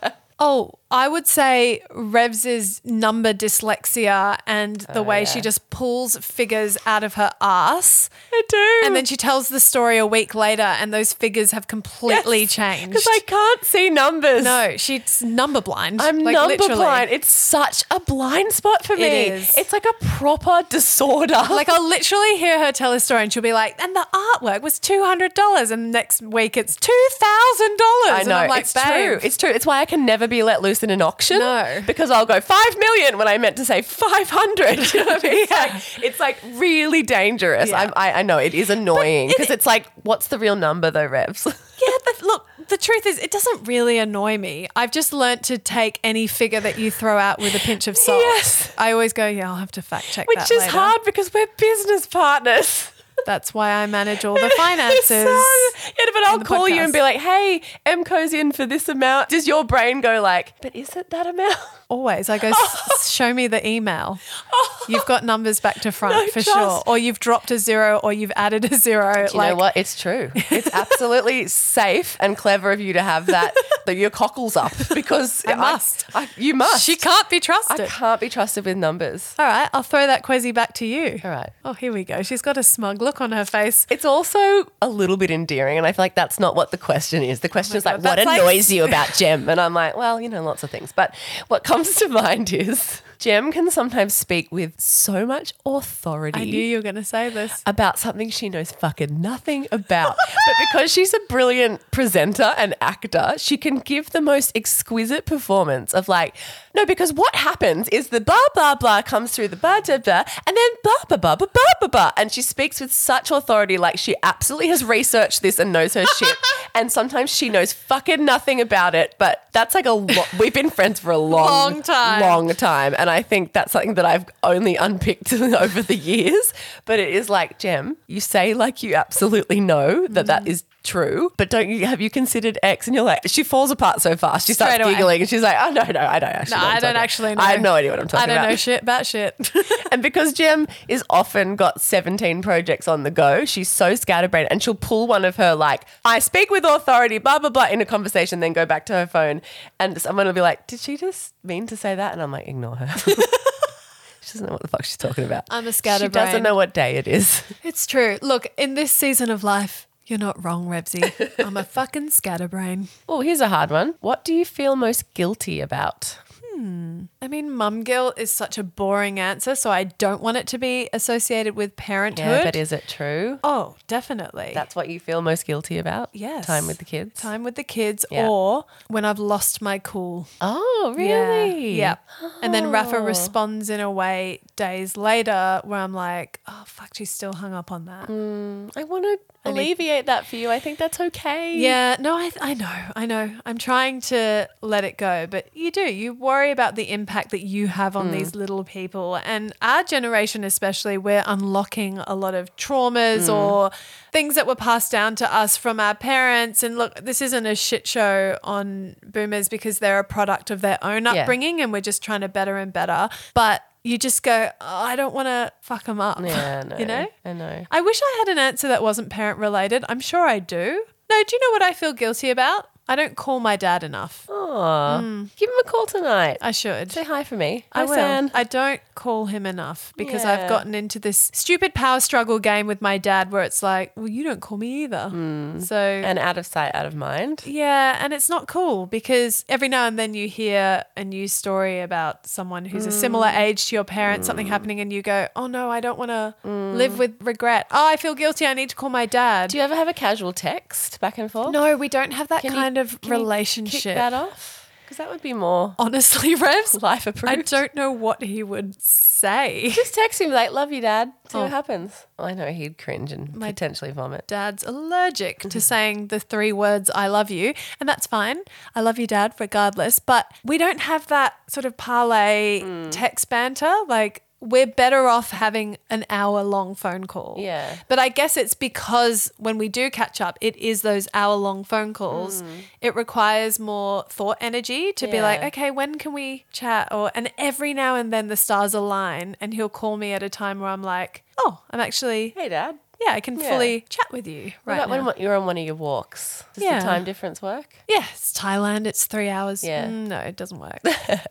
Speaker 3: Oh, I would say Revs's number dyslexia and
Speaker 4: Oh,
Speaker 3: the way she just pulls figures out of her ass.
Speaker 4: I do.
Speaker 3: And then she tells the story a week later and those figures have completely changed.
Speaker 4: Because I can't see numbers.
Speaker 3: No, she's number blind.
Speaker 4: I'm
Speaker 3: Like,
Speaker 4: number
Speaker 3: literally.
Speaker 4: blind. It's such a blind spot for me.
Speaker 3: is.
Speaker 4: It's like a proper disorder.
Speaker 3: Like I'll literally hear her tell a story and she'll be like, and the artwork was two hundred dollars and next week it's two thousand dollars.
Speaker 4: I
Speaker 3: And
Speaker 4: know.
Speaker 3: I'm like,
Speaker 4: it's
Speaker 3: "Babe."
Speaker 4: true. It's true. It's why I can never be let loose in an auction.
Speaker 3: No.
Speaker 4: Because I'll go five million when I meant to say five hundred. You know what I mean? It's, like, it's like really dangerous.
Speaker 3: Yeah.
Speaker 4: I'm, I, I know it is annoying because it's like, what's the real number though, Revs?
Speaker 3: Yeah, but look, the truth is it doesn't really annoy me. I've just learnt to take any figure that you throw out with a pinch of salt.
Speaker 4: Yes.
Speaker 3: I always go, yeah, I'll have to fact check
Speaker 4: Which
Speaker 3: that
Speaker 4: is
Speaker 3: later."
Speaker 4: hard because we're business partners.
Speaker 3: That's why I manage all the finances.
Speaker 4: So- yeah, but I'll
Speaker 3: the
Speaker 4: call you and
Speaker 3: podcast.
Speaker 4: be like, "Hey, MCO's in for this amount." Does your brain go like, "But is it that amount?"
Speaker 3: Always. I go, "S- show me the email.
Speaker 4: Oh.
Speaker 3: You've got numbers back to front
Speaker 4: No,
Speaker 3: for
Speaker 4: trust.
Speaker 3: sure. Or you've dropped a zero or you've added a zero.
Speaker 4: Do you know what? It's true. It's absolutely safe and clever of you to have that, that your cockles up because
Speaker 3: I must.
Speaker 4: I- you must.
Speaker 3: She can't be
Speaker 4: I
Speaker 3: trusted.
Speaker 4: can't be trusted with numbers.
Speaker 3: All right, I'll throw that quizzy back to you.
Speaker 4: All right.
Speaker 3: Oh, here we go. She's got a smug look on her face.
Speaker 4: It's also a little bit endearing, and I feel like that's not what the question is. The question is like,
Speaker 3: Oh God,
Speaker 4: what
Speaker 3: that's like-
Speaker 4: annoys you about Jem? And I'm like, well, you know, lots of things. But what comes to mind is Jem can sometimes speak with so much authority.
Speaker 3: I knew you were going to say this.
Speaker 4: about something she knows fucking nothing about. but because she's a brilliant presenter and actor, she can give the most exquisite performance of like, no, because what happens is the blah, blah, blah comes through the blah, blah, blah, and then blah, blah, blah, blah, blah, blah, blah. And she speaks with such authority, like she absolutely has researched this and knows her shit. And sometimes she knows fucking nothing about it, but that's like a lot. We've been friends for a long,
Speaker 3: Long time.
Speaker 4: Long long time. And I think that's something that I've only unpicked
Speaker 3: Mm.
Speaker 4: over the years. But it is like, Jem, you say like you absolutely know that that is true, but don't you have you considered X? And you're like, she falls apart so fast. She starts
Speaker 3: Straight away.
Speaker 4: giggling and she's like, oh, no, no, I don't actually
Speaker 3: No,
Speaker 4: know. what
Speaker 3: I
Speaker 4: I'm
Speaker 3: don't
Speaker 4: talking
Speaker 3: actually know.
Speaker 4: about. I have no idea what I'm talking
Speaker 3: I don't
Speaker 4: about.
Speaker 3: know shit about shit.
Speaker 4: and because Jem is often got 17 projects on the go, she's so scatterbrained and she'll pull one of her, like, I speak with authority, blah, blah, blah, in a conversation, then go back to her phone. And someone will be like, Did she just mean to say that? And I'm like, Ignore her. she doesn't know what the fuck she's talking about.
Speaker 3: I'm a
Speaker 4: She doesn't
Speaker 3: scatterbrain.
Speaker 4: know what day it is.
Speaker 3: it's true. Look, in this season of life, you're not wrong, Rebsy. I'm a fucking scatterbrain.
Speaker 4: Oh, here's a hard one. What do you feel most guilty about?
Speaker 3: I mean, mum guilt is such a boring answer, so I don't want it to be associated with parenthood.
Speaker 4: Yeah, but is it true?
Speaker 3: oh, definitely.
Speaker 4: That's what you feel most guilty about?
Speaker 3: Yes.
Speaker 4: Time with the kids?
Speaker 3: Time with the kids
Speaker 4: Yeah.
Speaker 3: or when I've lost my cool.
Speaker 4: Oh,
Speaker 3: Yeah.
Speaker 4: really?
Speaker 3: Yeah. And then Rafa responds in a way days later where I'm like, oh, fuck, she's still hung up on that.
Speaker 4: I want to alleviate that for you. I think that's okay.
Speaker 3: Yeah, no, I, I know, I know. I'm trying to let it go, but you do. You worry about the impact that you have on
Speaker 4: Hmm.
Speaker 3: these little people. And our generation, especially, we're unlocking a lot of traumas
Speaker 4: Hmm.
Speaker 3: or things that were passed down to us from our parents. And look, this isn't a shit show on boomers because they're a product of their own upbringing and we're just trying to better and better. But you just go, oh, I don't want to fuck them up.
Speaker 4: Yeah, I know.
Speaker 3: you know?
Speaker 4: I know.
Speaker 3: I wish I had an answer that wasn't parent related. I'm sure I do. No, do you know what I feel guilty about? I don't call my dad enough.
Speaker 4: Aw. Give him a call tonight.
Speaker 3: I should.
Speaker 4: Say hi for me.
Speaker 3: I
Speaker 4: Hi,
Speaker 3: will.
Speaker 4: San.
Speaker 3: I don't call him enough because
Speaker 4: Yeah.
Speaker 3: I've gotten into this stupid power struggle game with my dad where it's like, well, you don't call me either. So,
Speaker 4: Hmm. And out of sight, out of mind.
Speaker 3: yeah, and it's not cool because every now and then you hear a news story about someone who's a similar
Speaker 4: Hmm.
Speaker 3: age to your parents, something happening, and you go, oh no, I don't want to
Speaker 4: Hmm.
Speaker 3: live with regret. Oh, I feel guilty. I need to call my dad.
Speaker 4: Do you ever have a casual text back and forth?
Speaker 3: No, we don't have that
Speaker 4: Can you-
Speaker 3: kind of
Speaker 4: can you kick
Speaker 3: relationship.
Speaker 4: Kick that off? Because that would be more
Speaker 3: Honestly, Revs,
Speaker 4: life
Speaker 3: I
Speaker 4: approved.
Speaker 3: don't know what he would say.
Speaker 4: Just text him like, love you, Dad. See what happens. Oh. I know he'd cringe and potentially vomit.
Speaker 3: Dad's allergic
Speaker 4: Mm-hmm.
Speaker 3: to saying the three words I love you, and that's fine. I love you, Dad, regardless. But we don't have that sort of parlay
Speaker 4: Mm.
Speaker 3: text banter. Like, we're better off having an hour long phone call.
Speaker 4: Yeah.
Speaker 3: But I guess it's because when we do catch up, it is those hour long phone calls. It requires more thought energy to be
Speaker 4: Mm. Yeah.
Speaker 3: like, okay, when can we chat? Or and every now and then the stars align and he'll call me at a time where I'm like, oh, I'm actually
Speaker 4: Hey, Dad.
Speaker 3: yeah, I can
Speaker 4: Yeah.
Speaker 3: fully chat with you
Speaker 4: What
Speaker 3: right
Speaker 4: about
Speaker 3: now.
Speaker 4: when you're on one of your walks? Does
Speaker 3: Yeah.
Speaker 4: the time difference work?
Speaker 3: yeah, it's Thailand. It's three hours.
Speaker 4: Yeah.
Speaker 3: Mm, no, it doesn't work,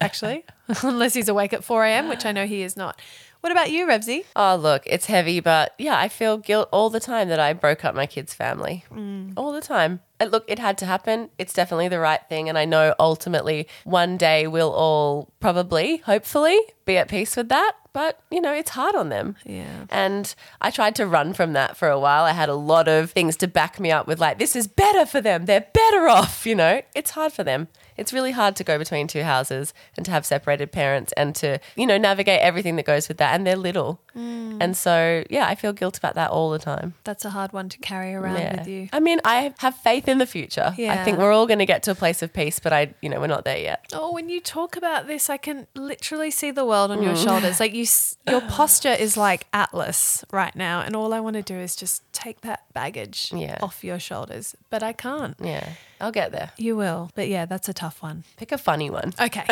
Speaker 3: actually, unless he's awake at 4 a.m., which I know he is not. What about you, Revsy?
Speaker 4: Oh, look, it's heavy, but yeah, I feel guilt all the time that I broke up my kids' family. All the time. And look, it had to happen. It's definitely the right thing. And I know ultimately one day we'll all probably, hopefully, be at peace with that. But, you know, it's hard on them.
Speaker 3: Yeah.
Speaker 4: And I tried to run from that for a while. I had a lot of things to back me up with, like, this is better for them. They're better off. You know, it's hard for them. It's really hard to go between two houses and to have separated parents and to, you know, navigate everything that goes with that. And they're little.
Speaker 3: Mm.
Speaker 4: And so, yeah, I feel guilt about that all the time.
Speaker 3: That's a hard one to carry around
Speaker 4: Yeah.
Speaker 3: with you.
Speaker 4: I mean, I have faith in the future. I
Speaker 3: Yeah.
Speaker 4: think we're all going to get to a place of peace, but I, you know, we're not there yet.
Speaker 3: Oh, when you talk about this, I can literally see the world on your
Speaker 4: Mm.
Speaker 3: shoulders. Like you, s- your posture is like Atlas right now, and all I want to do is just take that baggage
Speaker 4: Yeah.
Speaker 3: off your shoulders, but I can't.
Speaker 4: Yeah. I'll get there.
Speaker 3: You will, but yeah, that's a tough one.
Speaker 4: Pick a funny one.
Speaker 3: Okay,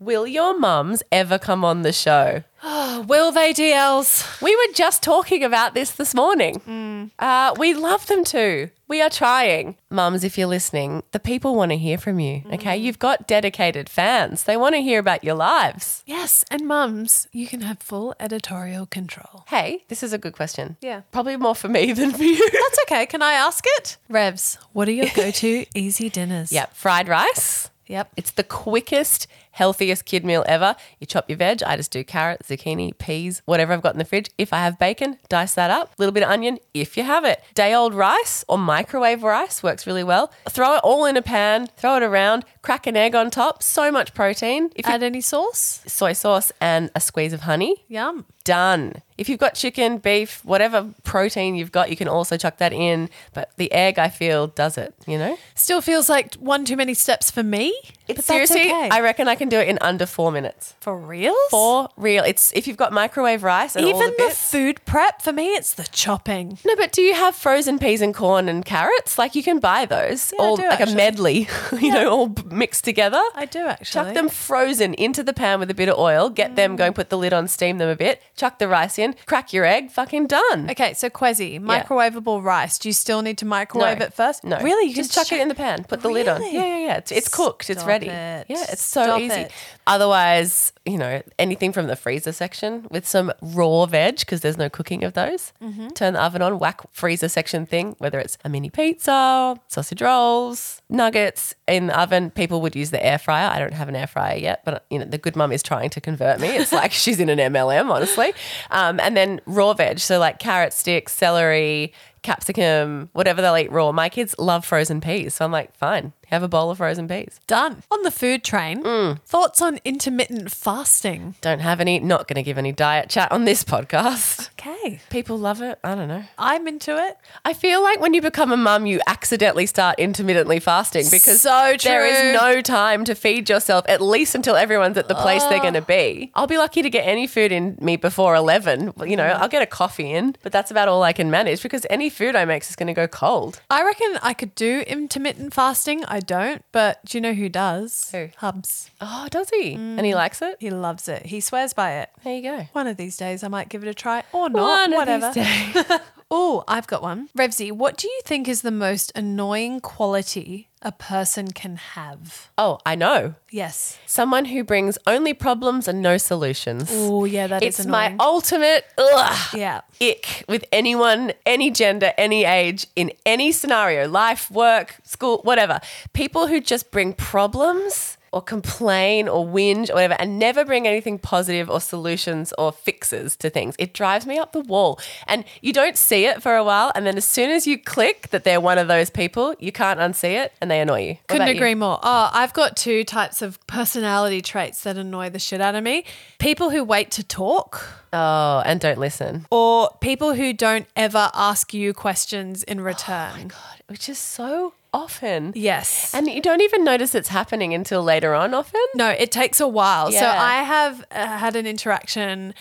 Speaker 4: Will your mums ever come on the show?
Speaker 3: Uh, will they DLs?
Speaker 4: We were just talking about this this morning.
Speaker 3: Mm.
Speaker 4: Uh, we love them too. We are trying. Mums, if you're listening, the people want to hear from you.
Speaker 3: Mm.
Speaker 4: Okay. You've got dedicated fans, they want to hear about your lives.
Speaker 3: Yes, and mums, you can have full editorial control.
Speaker 4: Hey, this is a good question.
Speaker 3: Yeah.
Speaker 4: Probably more for me than for you.
Speaker 3: That's okay. Can I ask it? Revs, what are your go to easy dinners?
Speaker 4: yep. Fried rice.
Speaker 3: Yep.
Speaker 4: It's the quickest, healthiest kid meal ever. You chop your veg. I just do carrot, zucchini, peas, whatever I've got in the fridge. If I have bacon, dice that up. A little bit of onion, if you have it. Day old rice or microwave rice works really well. Throw it all in a pan, throw it around, crack an egg on top. So much protein. If you
Speaker 3: Add any sauce?
Speaker 4: soy sauce and a squeeze of honey,
Speaker 3: Yum.
Speaker 4: done. If you've got chicken, beef, whatever protein you've got, you can also chuck that in. But the egg, I feel, does it, you know?
Speaker 3: Still feels like one too many steps for me. but that's
Speaker 4: Seriously,
Speaker 3: okay.
Speaker 4: I reckon I can do it in under four minutes.
Speaker 3: for real.
Speaker 4: For real. It's if you've got microwave rice and all
Speaker 3: Even
Speaker 4: the
Speaker 3: the,
Speaker 4: bits.
Speaker 3: food prep for me, it's the chopping.
Speaker 4: No, but do you have frozen peas and corn and carrots? Like you can buy those,
Speaker 3: I
Speaker 4: all
Speaker 3: do,
Speaker 4: like
Speaker 3: actually.
Speaker 4: a medley, you know, all b- mixed together.
Speaker 3: I do actually.
Speaker 4: Chuck them frozen into the pan with a bit of oil. Get them
Speaker 3: Mm.
Speaker 4: going. Put the lid on. Steam them a bit. Chuck the rice in. Crack your egg. Fucking done.
Speaker 3: Okay, so quasi microwavable rice. Do you still need to microwave it first?
Speaker 4: No,
Speaker 3: really. You
Speaker 4: just
Speaker 3: can
Speaker 4: chuck it in the pan. Put the lid on.
Speaker 3: Really?
Speaker 4: Yeah, yeah, yeah. It's, it's cooked. it's
Speaker 3: Stop
Speaker 4: ready.
Speaker 3: it.
Speaker 4: Yeah, it's so
Speaker 3: Stop
Speaker 4: easy.
Speaker 3: it.
Speaker 4: Otherwise, you know, anything from the freezer section with some raw veg because there's no cooking of those. Turn the oven on. Whack freezer section thing. Whether it's a mini pizza, sausage rolls, nuggets in the oven. People would use the air fryer. I don't have an air fryer yet, but you know, the good mum is trying to convert me. It's like she's in an MLM, honestly. Um, and then raw veg. So like carrot sticks, celery capsicum, whatever they'll eat raw. My kids love frozen peas. So I'm like, fine, have a bowl of frozen peas.
Speaker 3: Done on the food train.
Speaker 4: Mm.
Speaker 3: Thoughts on intermittent fasting?
Speaker 4: Don't have any, not going to give any diet chat on this podcast.
Speaker 3: Okay,
Speaker 4: People love it. I don't know.
Speaker 3: I'm into it.
Speaker 4: I feel like when you become a mum, you accidentally start intermittently fasting because
Speaker 3: So
Speaker 4: there
Speaker 3: true.
Speaker 4: is no time to feed yourself, at least until everyone's at the place they're going to be. I'll be lucky to get any food in me before 11. You know, I'll get a coffee in, but that's about all I can manage because any food I make is going to go cold.
Speaker 3: I reckon I could do intermittent fasting. I don't, but do you know who does?
Speaker 4: Who?
Speaker 3: Hubs.
Speaker 4: Oh, does he? And he likes it?
Speaker 3: He loves it. He swears by it.
Speaker 4: There you go.
Speaker 3: One of these days, I might give it a try or not.
Speaker 4: One of these
Speaker 3: whatever.
Speaker 4: days.
Speaker 3: oh, I've got one. Revsy, what do you think is the most annoying quality a person can have?
Speaker 4: Oh, I know.
Speaker 3: Yes.
Speaker 4: Someone who brings only problems and no solutions.
Speaker 3: Oh, yeah, that is
Speaker 4: it's my
Speaker 3: annoying.
Speaker 4: ultimate ugh,
Speaker 3: Yeah.
Speaker 4: ick with anyone, any gender, any age, in any scenario life, work, school, whatever. People who just bring problems or complain or whinge or whatever and never bring anything positive or solutions or fixes to things. It drives me up the wall. And you don't see it for a while. And then as soon as you click that they're one of those people, you can't unsee it and they annoy you. What
Speaker 3: Couldn't
Speaker 4: about you?
Speaker 3: agree more. Oh, I've got two types of personality traits that annoy the shit out of me people who wait to talk.
Speaker 4: Oh, and don't listen.
Speaker 3: or people who don't ever ask you questions
Speaker 4: Oh
Speaker 3: in return.
Speaker 4: which is so often.
Speaker 3: yes.
Speaker 4: And you don't even notice it's happening until later on often.
Speaker 3: no, it takes a while. So
Speaker 4: Yeah.
Speaker 3: I have uh, had an interaction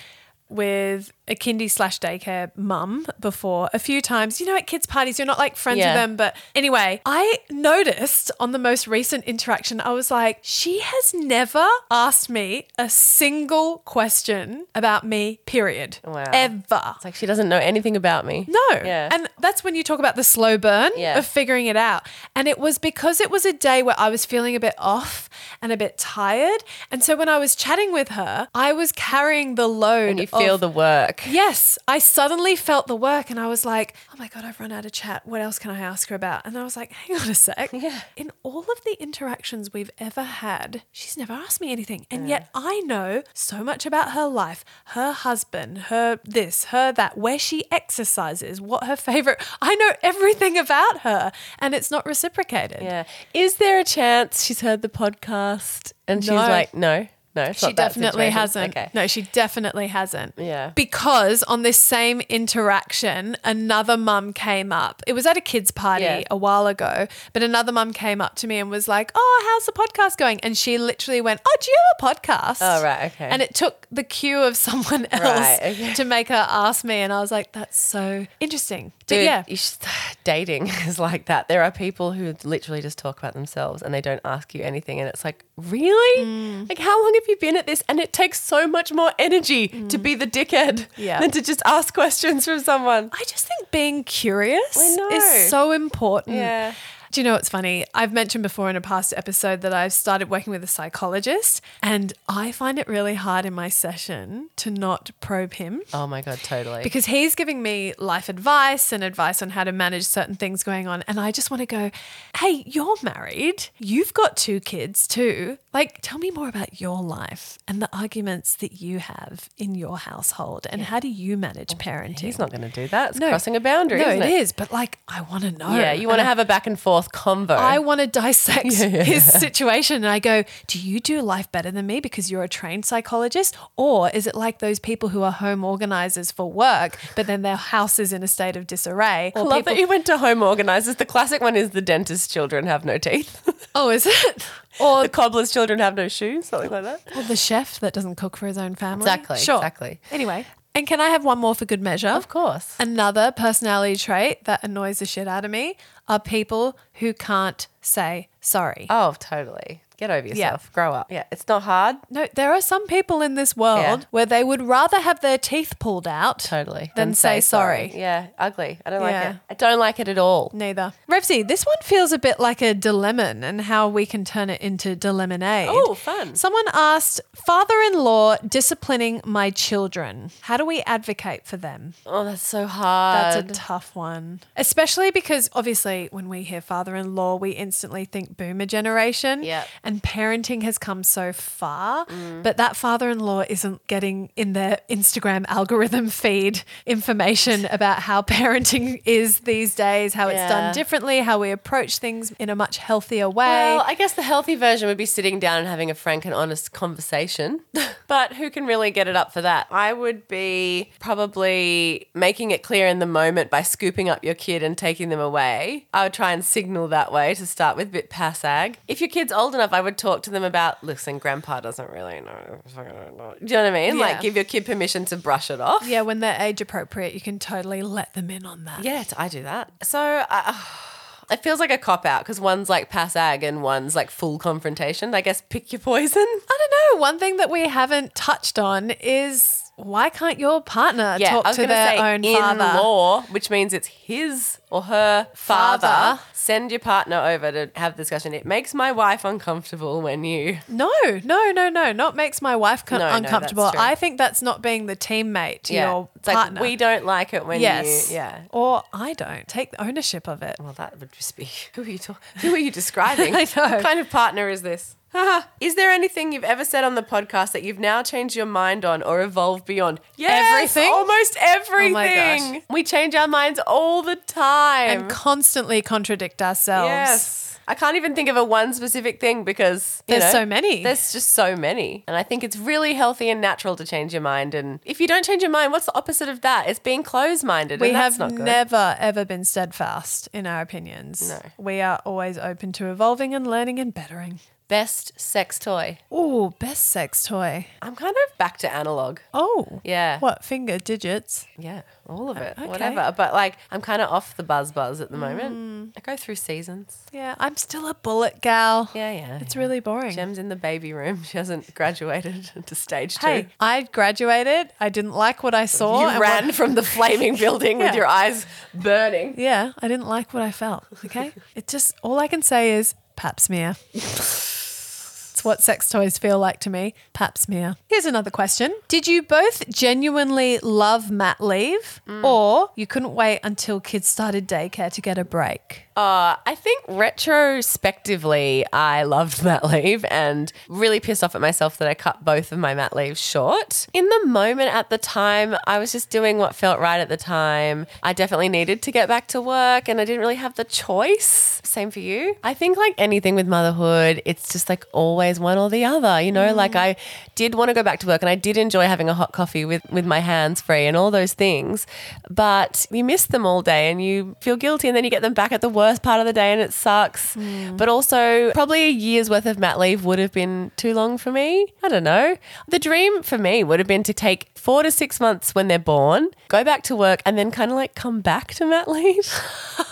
Speaker 3: with a kindy slash daycare mum before a few times. You know, at kids' parties, you're not like friends
Speaker 4: Yeah.
Speaker 3: with them. But anyway, I noticed on the most recent interaction, I was like, she has never asked me a single question about me, period.
Speaker 4: Wow.
Speaker 3: Ever.
Speaker 4: It's like she doesn't know anything about me.
Speaker 3: No.
Speaker 4: Yeah.
Speaker 3: And that's when you talk about the slow burn
Speaker 4: Yeah.
Speaker 3: of figuring it out. And it was because it was a day where I was feeling a bit off and a bit tired. And so when I was chatting with her, I was carrying the load.
Speaker 4: and you feel
Speaker 3: of-
Speaker 4: the work.
Speaker 3: Yes, I suddenly felt the work and I was like, oh my God, I've run out of chat. What else can I ask her about? And I was like, hang on a sec. Yeah. In all of the interactions we've ever had, she's never asked me anything. And yet I know so much about her life, her husband, her this, her that, where she exercises, what her favorite. I know everything about her and it's not reciprocated.
Speaker 4: Yeah. Is there a chance she's heard the podcast and she's
Speaker 3: No.
Speaker 4: like, no, no, it's
Speaker 3: She
Speaker 4: not that
Speaker 3: definitely
Speaker 4: situation.
Speaker 3: hasn't.
Speaker 4: Okay.
Speaker 3: No, she definitely hasn't.
Speaker 4: Yeah.
Speaker 3: Because on this same interaction, another mum came up. It was at a kids' party
Speaker 4: Yeah.
Speaker 3: a while ago, but another mum came up to me and was like, Oh, how's the podcast going? And she literally went, Oh, do you have a podcast?
Speaker 4: Oh, right, okay.
Speaker 3: And it took the cue of someone else
Speaker 4: Right, okay.
Speaker 3: to make her ask me. And I was like, That's so interesting. But
Speaker 4: Dude,
Speaker 3: yeah.
Speaker 4: you should, dating is like that. There are people who literally just talk about themselves and they don't ask you anything. And it's like, really?
Speaker 3: Mm.
Speaker 4: Like, how long have you been at this? And it takes so much more energy to be the dickhead
Speaker 3: Mm. Yeah.
Speaker 4: than to just ask questions from someone.
Speaker 3: I just think being curious
Speaker 4: I know.
Speaker 3: is so important.
Speaker 4: Yeah.
Speaker 3: Do you know what's funny? I've mentioned before in a past episode that I've started working with a psychologist, and I find it really hard in my session to not probe him
Speaker 4: Oh my God, totally.
Speaker 3: because he's giving me life advice and advice on how to manage certain things going on. And I just want to go, hey, you're married, you've got two kids too. Like, tell me more about your life and the arguments that you have in your household and how do you manage parenting?
Speaker 4: He's not going to do that. It's crossing a boundary.
Speaker 3: No,
Speaker 4: isn't
Speaker 3: it is. But like, I want to know.
Speaker 4: Yeah, you want to have a back and forth convo.
Speaker 3: I want to dissect his situation. And I go, do you do life better than me because you're a trained psychologist? Or is it like those people who are home organizers for work, but then their house is in a state of disarray? Or
Speaker 4: love
Speaker 3: people-
Speaker 4: that you went to home organisers. The classic one is the dentist's children have no teeth,
Speaker 3: oh, is it?
Speaker 4: or the cobbler's children have no shoes, something like that.
Speaker 3: Or the chef that doesn't cook for his own family?
Speaker 4: Exactly,
Speaker 3: Sure.
Speaker 4: exactly.
Speaker 3: Anyway. And can I have one more for good measure?
Speaker 4: Of course.
Speaker 3: Another personality trait that annoys the shit out of me are people who can't say sorry.
Speaker 4: Oh, totally. Get over yourself. Grow up. Yeah, it's not hard.
Speaker 3: No, there are some people in this world
Speaker 4: Yeah.
Speaker 3: where they would rather have their teeth pulled out
Speaker 4: Totally.
Speaker 3: than, say, sorry.
Speaker 4: Yeah, ugly. I don't
Speaker 3: Yeah.
Speaker 4: like it. I don't like it at all.
Speaker 3: Neither. Revsy, this one feels a bit like a dilemma and how we can turn it into dilemonade.
Speaker 4: Oh, fun.
Speaker 3: Someone asked, father in law disciplining my children. How do we advocate for them?
Speaker 4: Oh, that's so hard.
Speaker 3: That's a tough one. Especially because obviously when we hear father in law, we instantly think boomer generation.
Speaker 4: Yep. Mm.
Speaker 3: And parenting has come so far. But that father in law isn't getting in their Instagram algorithm feed information about how parenting is these days, how it's
Speaker 4: Yeah.
Speaker 3: done differently, how we approach things in a much healthier way.
Speaker 4: Well, I guess the healthy version would be sitting down and having a frank and honest conversation. but who can really get it up for that? I would be probably making it clear in the moment by scooping up your kid and taking them away. I would try and signal that way to start with, bit passag. If your kid's old enough, I would talk to them about, listen, grandpa doesn't really know. Do you know what I mean?
Speaker 3: Yeah.
Speaker 4: Like, give your kid permission to brush it off.
Speaker 3: yeah, when they're age appropriate, you can totally let them in on that.
Speaker 4: Yeah, I do that. So I uh, it feels like a cop out because one's like passag and one's like full confrontation. I guess pick your poison.
Speaker 3: I don't know. One thing that we haven't touched on is why can't your partner talk
Speaker 4: I was
Speaker 3: to
Speaker 4: gonna
Speaker 3: their
Speaker 4: say
Speaker 3: own
Speaker 4: in
Speaker 3: father?
Speaker 4: law, which means it's his or her father.
Speaker 3: Father.
Speaker 4: Send your partner over to have the discussion. It makes my wife uncomfortable when you.
Speaker 3: No, no, no, no. Not makes my wife com-
Speaker 4: No, no, that's
Speaker 3: uncomfortable.
Speaker 4: true.
Speaker 3: I think that's not being the teammate to your
Speaker 4: it's
Speaker 3: partner.
Speaker 4: like we don't like it when
Speaker 3: yes,
Speaker 4: you. Yeah.
Speaker 3: Or I don't take ownership of it.
Speaker 4: Well, that would just be who are you talk- who are you describing?
Speaker 3: I know.
Speaker 4: What kind of partner is this? Haha. is there anything you've ever said on the podcast that you've now changed your mind on or evolved beyond? Yes,
Speaker 3: Everything?
Speaker 4: almost everything.
Speaker 3: gosh.
Speaker 4: We change our minds all the time.
Speaker 3: And constantly contradict ourselves.
Speaker 4: yes. I can't even think of a one specific thing because you
Speaker 3: There's
Speaker 4: know,
Speaker 3: so many.
Speaker 4: There's just so many, and I think it's really healthy and natural to change your mind. And if you don't change your mind, what's the opposite of that? It's being closed-minded.
Speaker 3: We
Speaker 4: and that's
Speaker 3: have
Speaker 4: not good.
Speaker 3: never ever been steadfast in our opinions.
Speaker 4: No.
Speaker 3: We are always open to evolving and learning and bettering.
Speaker 4: best sex toy.
Speaker 3: Oh, best sex toy.
Speaker 4: I'm kind of back to analog.
Speaker 3: Oh.
Speaker 4: Yeah.
Speaker 3: What finger digits?
Speaker 4: Yeah, all of it,
Speaker 3: Oh, okay.
Speaker 4: whatever. But like, I'm kind of off the buzz buzz at the
Speaker 3: Mm.
Speaker 4: moment. I go through seasons.
Speaker 3: Yeah, I'm still a bullet gal.
Speaker 4: Yeah, yeah.
Speaker 3: It's
Speaker 4: yeah.
Speaker 3: really boring.
Speaker 4: Gem's in the baby room. She hasn't graduated to stage two.
Speaker 3: Hey, I graduated. I didn't like what I saw.
Speaker 4: you
Speaker 3: and
Speaker 4: ran
Speaker 3: what-
Speaker 4: from the flaming building
Speaker 3: Yeah.
Speaker 4: with your eyes burning.
Speaker 3: yeah, I didn't like what I felt. Okay. it just, all I can say is pap smear. it's what sex toys feel like to me. Pap smear. Here's another question Did you both genuinely love mat leave
Speaker 4: Mm.
Speaker 3: or you couldn't wait until kids started daycare to get a break?
Speaker 4: Uh, I think retrospectively, I loved mat leave and really pissed off at myself that I cut both of my mat leaves short. In the moment at the time, I was just doing what felt right at the time. I definitely needed to get back to work and I didn't really have the choice. Same for you. I think, like anything with motherhood, it's just like always one or the other, you know? Like, I did want to go back to work and I did enjoy having a hot coffee with, with my hands free and all those things, but you miss them all day and you feel guilty and then you get them back at the worst part of the day and it sucks.
Speaker 3: Mm.
Speaker 4: But also, probably a year's worth of mat leave would have been too long for me. I don't know. The dream for me would have been to take four to six months when they're born, go back to work, and then kind of like come back to mat leave.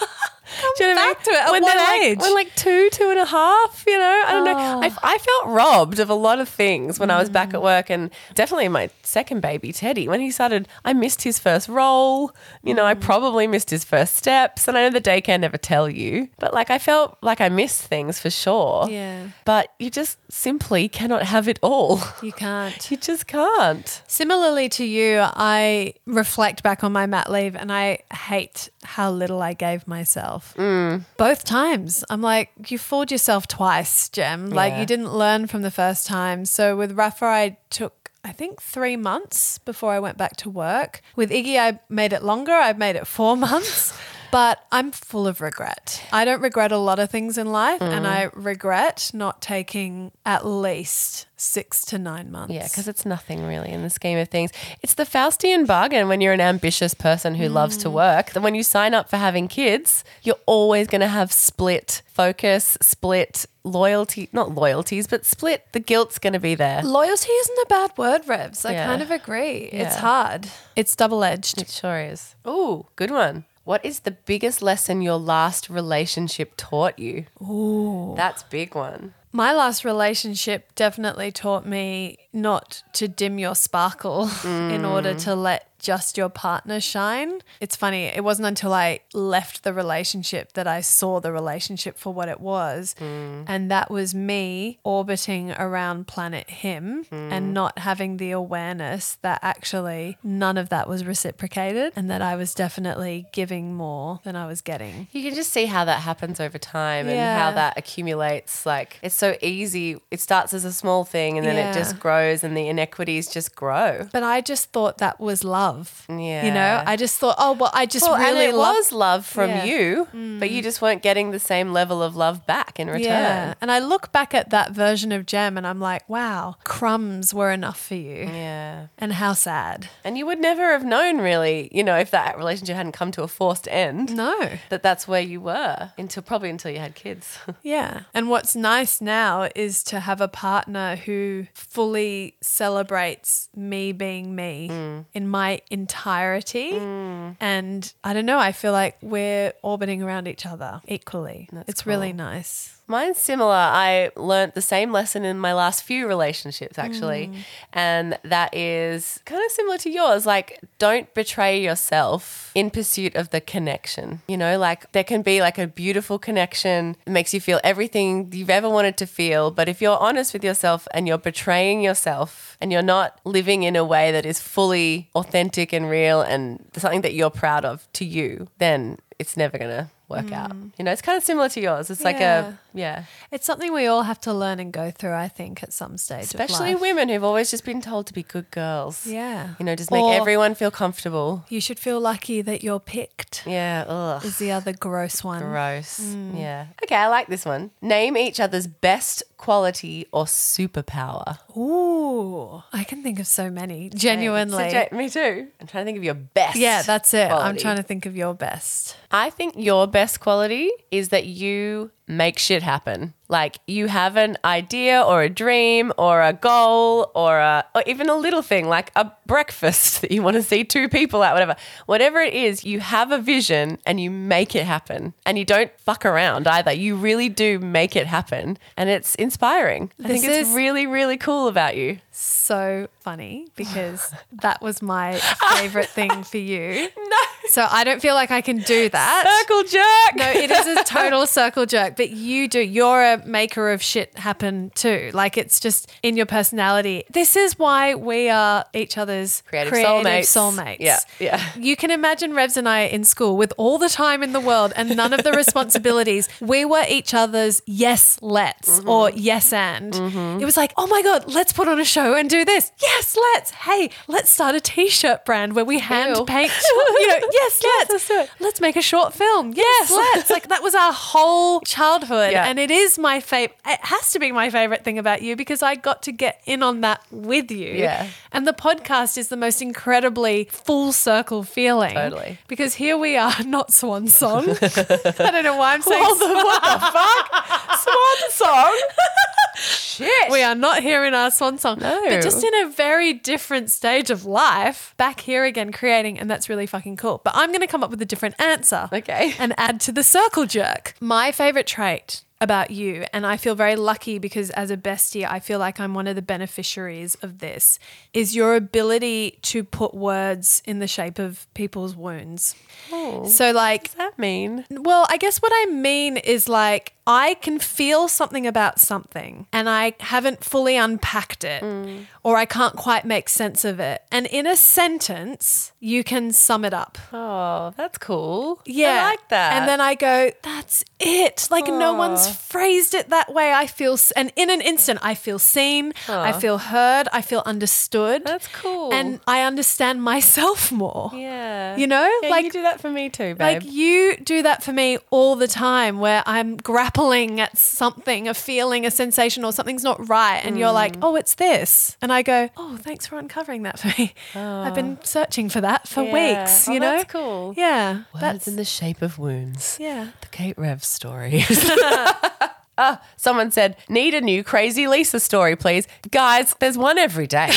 Speaker 4: Do you know what I
Speaker 3: back to
Speaker 4: mean?
Speaker 3: it at
Speaker 4: when they're,
Speaker 3: what
Speaker 4: like-
Speaker 3: age?
Speaker 4: when like two, two and a half, you know? I don't know.
Speaker 3: Oh.
Speaker 4: I, I felt robbed of a lot of things when I was
Speaker 3: Mm.
Speaker 4: back at work and definitely my second baby, Teddy, when he started, I missed his first role. You know, I
Speaker 3: Mm.
Speaker 4: probably missed his first steps. And I know the daycare never tell you, but like I felt like I missed things for sure.
Speaker 3: Yeah.
Speaker 4: But you just simply cannot have it all.
Speaker 3: You can't.
Speaker 4: You just can't.
Speaker 3: Similarly to you, I reflect back on my mat leave and I hate how little I gave myself. myself
Speaker 4: Mm.
Speaker 3: both times. I'm like, you fooled yourself twice, Jem. Like,
Speaker 4: Yeah.
Speaker 3: you didn't learn from the first time. So, with Rafa, I took, I think, three months before I went back to work. With Iggy, I made it longer, I made it four months. But I'm full of regret. I don't regret a lot of things in life,
Speaker 4: Mm.
Speaker 3: and I regret not taking at least six to nine months.
Speaker 4: Yeah, because it's nothing really in the scheme of things. It's the Faustian bargain when you're an ambitious person who loves to work. That when you sign up for having kids, you're always going to have split focus, split loyalty, not loyalties, but split the guilt's going to be there.
Speaker 3: Loyalty isn't a bad word, Rebs. I
Speaker 4: Yeah.
Speaker 3: kind of agree. It's
Speaker 4: Yeah.
Speaker 3: hard. It's double edged.
Speaker 4: It sure is. Ooh, good one. What is the biggest lesson your last relationship taught you? Ooh. That's big one.
Speaker 3: My last relationship definitely taught me not to dim your sparkle in order to let just your partner shine. It's funny, it wasn't until I left the relationship that I saw the relationship for what it was. And that was me orbiting around planet him and not having the awareness that actually none of that was reciprocated and that I was definitely giving more than I was getting.
Speaker 4: You can just see how that happens over time and
Speaker 3: Yeah.
Speaker 4: how that accumulates. Like it's so easy. It starts as a small thing and then
Speaker 3: Yeah.
Speaker 4: it just grows and the inequities just grow.
Speaker 3: But I just thought that was love. You know,
Speaker 4: Yeah.
Speaker 3: I just thought, oh, well, I just
Speaker 4: Well,
Speaker 3: really
Speaker 4: and it
Speaker 3: love.
Speaker 4: was love from
Speaker 3: Yeah. Mm.
Speaker 4: you, but you just weren't getting the same level of love back in return.
Speaker 3: Yeah. And I look back at that version of Jem and I'm like, wow, crumbs were enough for you.
Speaker 4: Yeah.
Speaker 3: And how sad.
Speaker 4: And you would never have known really, you know, if that relationship hadn't come to a forced end.
Speaker 3: No.
Speaker 4: That that's where you were until probably until you had kids.
Speaker 3: Yeah. And what's nice now is to have a partner who fully celebrates me being me
Speaker 4: Mm.
Speaker 3: in my entirety. And I don't know, I feel like we're orbiting around each other equally. it's really nice.
Speaker 4: Mine's similar. I learnt the same lesson in my last few relationships, actually. And that is kind of similar to yours. Like, don't betray yourself in pursuit of the connection. You know, like there can be like a beautiful connection, it makes you feel everything you've ever wanted to feel. But if you're honest with yourself and you're betraying yourself and you're not living in a way that is fully authentic and real and something that you're proud of to you, then it's never going to work out. You know, it's kind of similar to yours. It's like
Speaker 3: Yeah.
Speaker 4: a yeah.
Speaker 3: It's something we all have to learn and go through, I think, at some stage.
Speaker 4: Especially
Speaker 3: of life.
Speaker 4: women who've always just been told to be good girls.
Speaker 3: Yeah.
Speaker 4: You know, just make
Speaker 3: Or-
Speaker 4: everyone feel comfortable.
Speaker 3: You should feel lucky that you're picked,
Speaker 4: Yeah. Ugh.
Speaker 3: is Mm. the other gross one.
Speaker 4: Gross. Yeah. Okay, I like this one. Name each other's best quality or superpower.
Speaker 3: Ooh, I can think of so many. Genuinely.
Speaker 4: Subject- me too. I'm trying to think of your best.
Speaker 3: yeah, that's it. I'm
Speaker 4: quality.
Speaker 3: trying to think of your best.
Speaker 4: I think your best quality is that you make shit happen. Like you have an idea or a dream or a goal or a or even a little thing like a breakfast that you want to see two people at whatever. Whatever it is, you have a vision and you make it happen. And you don't fuck around either. You really do make it happen and it's inspiring. I think
Speaker 3: This
Speaker 4: it's
Speaker 3: is-
Speaker 4: really really cool about you.
Speaker 3: So funny because that was my favorite thing for you. No. So I don't feel like I can do that.
Speaker 4: Circle jerk.
Speaker 3: No, it is a total circle jerk, but you do. You're a maker of shit happen too. Like it's just in your personality. This is why we are each other's
Speaker 4: Creative
Speaker 3: creative
Speaker 4: soulmates.
Speaker 3: soulmates.
Speaker 4: Yeah, yeah.
Speaker 3: You can imagine Revs and I in school with all the time in the world and none of the responsibilities. We were each other's yes, let's
Speaker 4: Mm-hmm.
Speaker 3: or yes, and. It was like, oh my God, let's put on a show and do this. Yes, let's. Hey, let's start a t shirt brand where we hand
Speaker 4: Ew.
Speaker 3: paint. You know, yes, let's.
Speaker 4: let's do it.
Speaker 3: Let's make a short film. Yes, let's. Like that was our whole childhood,
Speaker 4: Yeah.
Speaker 3: and it is my favorite. It has to be my favorite thing about you because I got to get in on that with you.
Speaker 4: Yeah.
Speaker 3: And the podcast is the most incredibly full circle feeling.
Speaker 4: Totally.
Speaker 3: Because here we are, not swan song. I don't know why I'm saying
Speaker 4: What the,
Speaker 3: swan.
Speaker 4: what the fuck? Swan song. Shit.
Speaker 3: We are not here in our swan song,
Speaker 4: No.
Speaker 3: but just in a very different stage of life, back here again creating, and that's really fucking cool. But I'm going to come up with a different answer.
Speaker 4: Okay.
Speaker 3: And add to the circle jerk. My favorite trait about you, and I feel very lucky because as a bestie, I feel like I'm one of the beneficiaries of this, is your ability to put words in the shape of
Speaker 4: Oh.
Speaker 3: people's wounds. So, like,
Speaker 4: that mean?
Speaker 3: well, I guess what I mean is like I can feel something about something and I haven't fully unpacked it
Speaker 4: Mm.
Speaker 3: or I can't quite make sense of it. And in a sentence, you can sum it up.
Speaker 4: Oh, that's cool.
Speaker 3: Yeah.
Speaker 4: I like that.
Speaker 3: And then I go, that's it. Like no one's phrased it that way. I feel, s- and in an instant, I feel seen, I feel heard, I feel understood.
Speaker 4: That's cool.
Speaker 3: And I understand myself more.
Speaker 4: yeah,
Speaker 3: You know,
Speaker 4: Yeah,
Speaker 3: like-
Speaker 4: you do that for me too, babe.
Speaker 3: Like you do that for me all the time where I'm grappling at something, a feeling, a sensation, or something's not right. And you're like, oh, it's this. And I go, oh, thanks for uncovering that for me. I've been searching for that for
Speaker 4: Yeah.
Speaker 3: weeks,
Speaker 4: Oh,
Speaker 3: you know?
Speaker 4: that's cool.
Speaker 3: Yeah.
Speaker 4: Words
Speaker 3: that's,
Speaker 4: in the shape of wounds.
Speaker 3: yeah.
Speaker 4: The Kate Rev story. Ah, someone said, need a new Crazy Lisa story, please. Guys, there's one every day.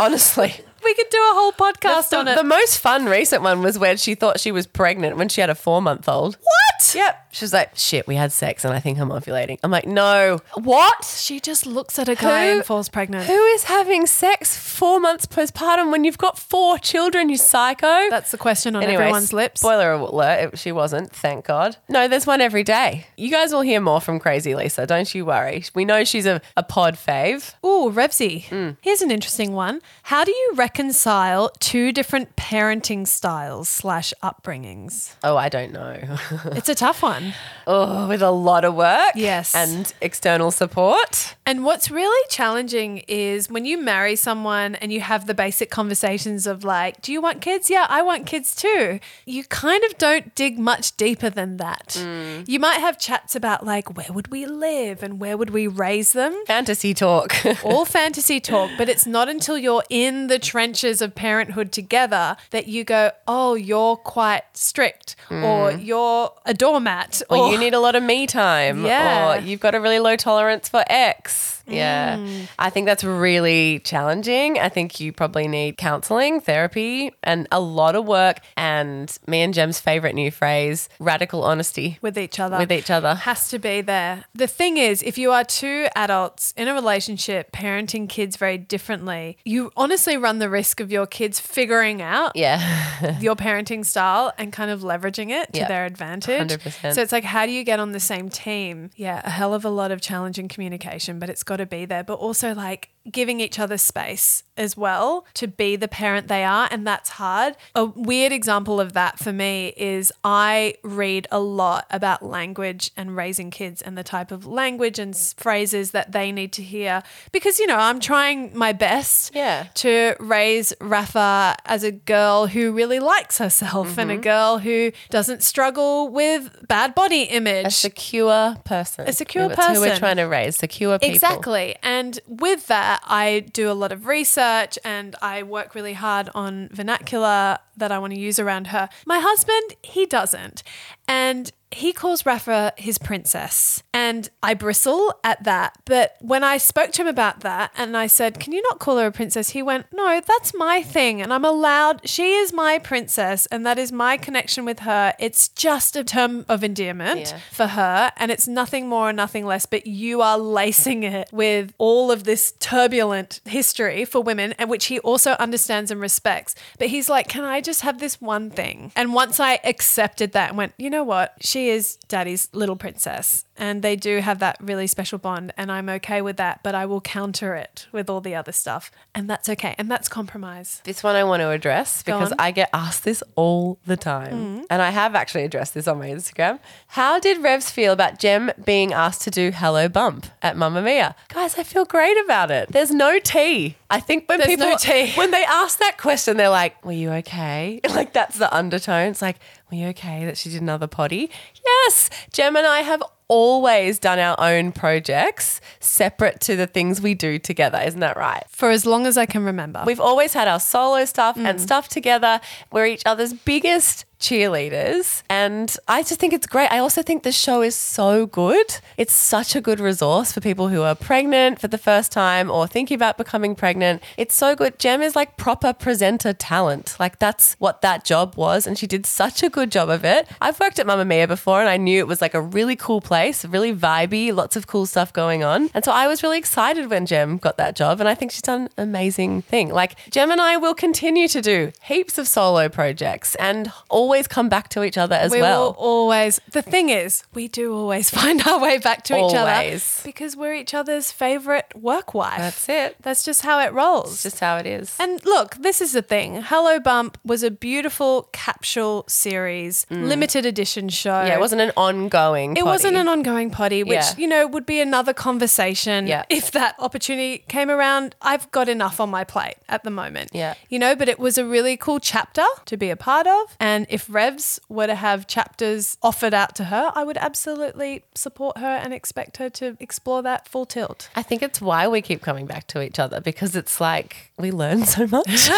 Speaker 4: Honestly.
Speaker 3: We could do a whole podcast
Speaker 4: the,
Speaker 3: on it.
Speaker 4: the most fun recent one was when she thought she was pregnant when she had a four month old. What? Yep. She was like, shit, we had sex and I think I'm ovulating. I'm like, no. What?
Speaker 3: she just looks at a guy
Speaker 4: Who-
Speaker 3: and falls pregnant.
Speaker 4: Who is having sex four months postpartum when you've got four children, you psycho?
Speaker 3: That's the question on
Speaker 4: Anyway,
Speaker 3: everyone's lips.
Speaker 4: Spoiler alert, it- she wasn't, thank God. No, there's one every day. You guys will hear more from Crazy Lisa, don't you worry. We know she's a, a pod fave.
Speaker 3: Ooh, Revsy. Here's an interesting one. How do you reconcile two different parenting styles slash upbringings?
Speaker 4: Oh, I don't know.
Speaker 3: It's a tough one.
Speaker 4: oh, with a lot of work.
Speaker 3: Yes.
Speaker 4: And external support.
Speaker 3: And what's really challenging is when you marry someone and you have the basic conversations of like, do you want kids? Yeah, I want kids too. You kind of don't dig much deeper than that. You might have chats about like, where would we live and where would we raise them?
Speaker 4: Fantasy talk.
Speaker 3: all fantasy talk, but it's not until you're in the trenches of parenthood together that you go, oh, you're quite strict or you're a doormat or,
Speaker 4: or you need a lot of me time.
Speaker 3: Oh. Yeah.
Speaker 4: Or you've got a really low tolerance for X. Yeah.
Speaker 3: Mm.
Speaker 4: I think that's really challenging. I think you probably need counseling, therapy, and a lot of work. And me and Jem's favorite new phrase radical honesty.
Speaker 3: with each other.
Speaker 4: With each other.
Speaker 3: Has to be there. The thing is, if you are two adults in a relationship parenting kids very differently, you honestly run the risk of your kids figuring out
Speaker 4: Yeah.
Speaker 3: your parenting style and kind of leveraging it to
Speaker 4: Yeah.
Speaker 3: their advantage.
Speaker 4: 100%.
Speaker 3: So it's like, how do you get on the same team? Yeah, a hell of a lot of challenging communication, but it's got to be there. But also, like, giving each other space as well to be the parent they are. And that's hard. A weird example of that for me is I read a lot about language and raising kids and the type of language and s- phrases that they need to hear because, you know, I'm trying my best
Speaker 4: Yeah.
Speaker 3: to raise Rafa as a girl who really likes herself and a girl who doesn't struggle with bad body image.
Speaker 4: A secure person.
Speaker 3: A secure
Speaker 4: That's who we're
Speaker 3: person.
Speaker 4: trying to raise. Secure people.
Speaker 3: Exactly. And with that, I do a lot of research and I work really hard on vernacular that I want to use around her. My husband, he doesn't. And he calls Rafa his princess. And I bristle at that. But when I spoke to him about that and I said, Can you not call her a princess? He went, No, that's my thing. And I'm allowed, she is my princess. And that is my connection with her. It's just a term of endearment
Speaker 4: Yeah.
Speaker 3: for her and it's nothing more and nothing less but you are lacing it with all of this turbulent history for women and which he also understands and respects but he's like can i just have this one thing and once i accepted that and went you know what she is daddy's little princess and they do have that really special bond and i'm okay with that but i will counter it with all the other stuff and that's okay and that's compromise
Speaker 4: This one I want to address because
Speaker 3: on. Mm-hmm.
Speaker 4: I get asked this all the time. And I have actually addressed this on my Instagram. How did Revs feel about Jem being asked to do Hello Bump at Mamma Mia? Guys, I feel great about it. There's no tea. I think when
Speaker 3: There's
Speaker 4: people
Speaker 3: no tea.
Speaker 4: when they ask that question, they're like, Were you okay? Like that's the undertone. It's like, Were you okay that she did another potty? Yes. Jem and I have always done our own projects separate to the things we do together. Isn't that right?
Speaker 3: for as long as i can remember
Speaker 4: We've always had our solo stuff and stuff together. We're each other's biggest cheerleaders. And I just think it's great. I also think the show is so good. It's such a good resource for people who are pregnant for the first time or thinking about becoming pregnant. It's so good. Jem is like proper presenter talent. Like that's what that job was. And she did such a good job of it. I've worked at Mamma Mia before and I knew it was like a really cool place, really vibey, lots of cool stuff going on. And so I was really excited when Jem got that job. And I think she's done an amazing thing. Like Jem and I will continue to do heaps of solo projects and all always come back to each other as
Speaker 3: we
Speaker 4: well.
Speaker 3: will always. The thing is, we do always find our way back to each other
Speaker 4: Always.
Speaker 3: because we're each other's favorite work wife.
Speaker 4: That's it.
Speaker 3: That's just how it rolls.
Speaker 4: It's just how it is.
Speaker 3: and look, this is the thing. Hello Bump was a beautiful capsule series, limited edition show.
Speaker 4: Mm. yeah, it wasn't an ongoing.
Speaker 3: It wasn't
Speaker 4: potty.
Speaker 3: an ongoing potty, which,
Speaker 4: Yeah.
Speaker 3: you know, would be another conversation
Speaker 4: Yeah.
Speaker 3: if that opportunity came around. I've got enough on my plate at the moment.
Speaker 4: Yeah.
Speaker 3: You know, but it was a really cool chapter to be a part of. And if Revs were to have chapters offered out to her, I would absolutely support her and expect her to explore that full tilt.
Speaker 4: I think it's why we keep coming back to each other because it's like we learn so much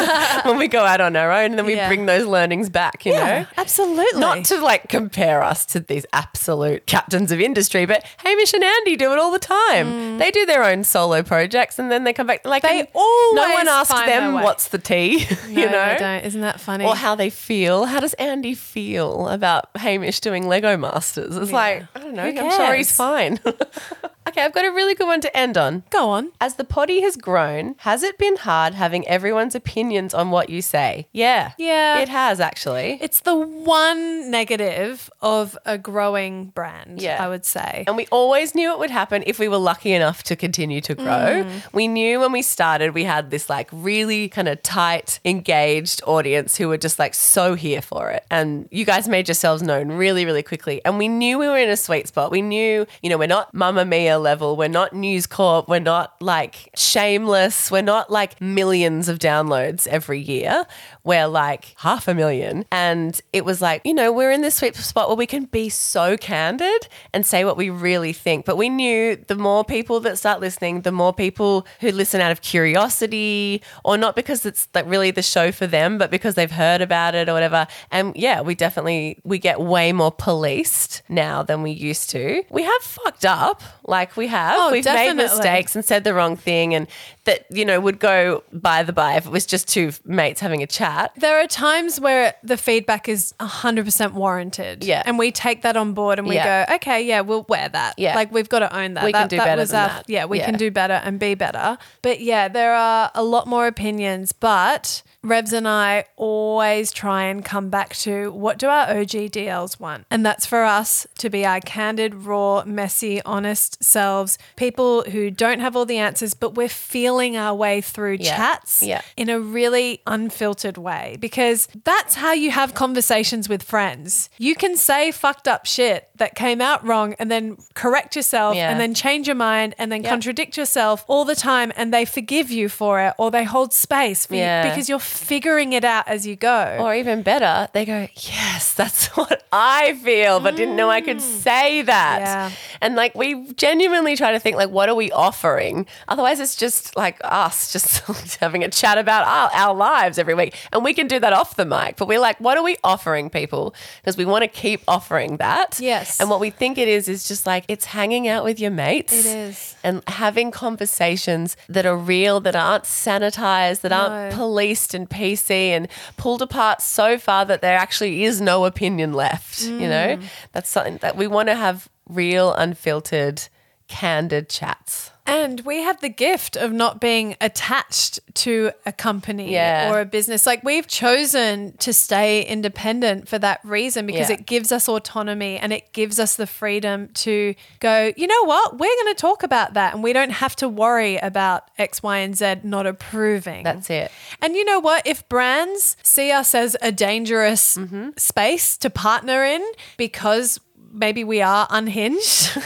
Speaker 4: when we go out on our own and then we
Speaker 3: Yeah.
Speaker 4: bring those learnings back, you know?
Speaker 3: absolutely.
Speaker 4: Not to like compare us to these absolute captains of industry, but Hamish and Andy do it all the time. They do their own solo projects and then they come back like
Speaker 3: Mm. They
Speaker 4: and no
Speaker 3: always
Speaker 4: one asked
Speaker 3: find their
Speaker 4: them
Speaker 3: way.
Speaker 4: what's the tea, you
Speaker 3: No,
Speaker 4: know?
Speaker 3: they don't. Isn't that funny?
Speaker 4: Or how they feel. How does Andy feel about Hamish doing Lego Masters? It's like, I don't know.
Speaker 3: Who
Speaker 4: I'm sure
Speaker 3: cares?
Speaker 4: he's fine. okay, I've got a really good one to end on.
Speaker 3: go on.
Speaker 4: As the potty has grown, has it been hard having everyone's opinions on what you say? Yeah.
Speaker 3: Yeah.
Speaker 4: It has actually.
Speaker 3: It's the one negative of a growing brand,
Speaker 4: Yeah.
Speaker 3: I would say.
Speaker 4: and we always knew it would happen if we were lucky enough to continue to grow. We knew when we started, we had this like really kind of tight, engaged audience who were just like so here for it. And you guys made yourselves known really, really quickly. And we knew we were in a sweet spot. We knew, you know, we're not Mamma Mia level, we're not News Corp, we're not like shameless, we're not like millions of downloads every year. We're like half a million. And it was like, you know, we're in this sweet spot where we can be so candid and say what we really think. But we knew the more people that start listening, the more people who listen out of curiosity or not because it's like really the show for them, but because they've heard about it or whatever. And yeah, we definitely we get way more policed now than we used to. We have fucked up, like we have.
Speaker 3: Oh,
Speaker 4: We've
Speaker 3: definitely.
Speaker 4: made mistakes and said the wrong thing and that, you know, would go by the by if it was just two mates having a chat.
Speaker 3: There are times where the feedback is 100% warranted.
Speaker 4: Yeah.
Speaker 3: And we take that on board and we
Speaker 4: Yeah.
Speaker 3: go, okay, yeah, we'll wear that.
Speaker 4: Yeah.
Speaker 3: Like we've got to own that.
Speaker 4: We
Speaker 3: that,
Speaker 4: can do better
Speaker 3: was
Speaker 4: than
Speaker 3: our-
Speaker 4: that.
Speaker 3: Yeah, we
Speaker 4: Yeah.
Speaker 3: can do better and be better. But yeah, there are a lot more opinions, but Revs and I always try and come back to what do our OG DLs want? And that's for us to be our candid, raw, messy, honest selves, people who don't have all the answers, but we're feeling our way through
Speaker 4: Yeah.
Speaker 3: chats
Speaker 4: Yeah.
Speaker 3: in a really unfiltered way because that's how you have conversations with friends. You can say fucked up shit that came out wrong and then correct yourself
Speaker 4: Yeah.
Speaker 3: and then change your mind and then contradict yourself all the time and they forgive you for it or they hold space for
Speaker 4: Yeah.
Speaker 3: you because you're figuring it out as you go.
Speaker 4: Or even better, they go, Yes, that's what I feel, but didn't know I could say that.
Speaker 3: Mm. Yeah.
Speaker 4: And like, we genuinely try to think, like, what are we offering? Otherwise, it's just like us just having a chat about our, our lives every week. And we can do that off the mic, but we're like, what are we offering people? Because we want to keep offering that.
Speaker 3: Yes.
Speaker 4: And what we think it is, is just like, it's hanging out with your mates.
Speaker 3: It is.
Speaker 4: And having conversations that are real, that aren't sanitized, that aren't
Speaker 3: No.
Speaker 4: policed and PC and pulled apart so far that there actually is no opinion left. You
Speaker 3: Mm.
Speaker 4: know, that's something that we want to have real, unfiltered, candid chats.
Speaker 3: And we have the gift of not being attached to a company
Speaker 4: Yeah.
Speaker 3: or a business. Like we've chosen to stay independent for that reason because
Speaker 4: Yeah.
Speaker 3: it gives us autonomy and it gives us the freedom to go, you know what, we're going to talk about that. And we don't have to worry about X, Y, and Z not approving.
Speaker 4: That's it.
Speaker 3: And you know what? If brands see us as a dangerous
Speaker 4: Mm-hmm.
Speaker 3: space to partner in because maybe we are unhinged,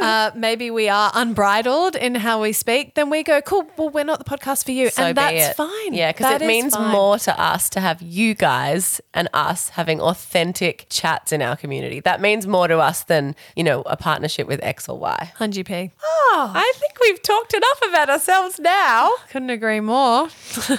Speaker 3: uh, maybe we are unbridled in how we speak, then we go, cool, well, we're not the podcast for you.
Speaker 4: So
Speaker 3: and
Speaker 4: be
Speaker 3: that's
Speaker 4: it.
Speaker 3: fine.
Speaker 4: Yeah, because
Speaker 3: That
Speaker 4: it
Speaker 3: is
Speaker 4: means
Speaker 3: fine.
Speaker 4: more to us to have you guys and us having authentic chats in our community. That means more to us than, you know, a partnership with X or Y.
Speaker 3: 100p. Oh.
Speaker 4: I think we've talked enough about ourselves now.
Speaker 3: Couldn't agree more.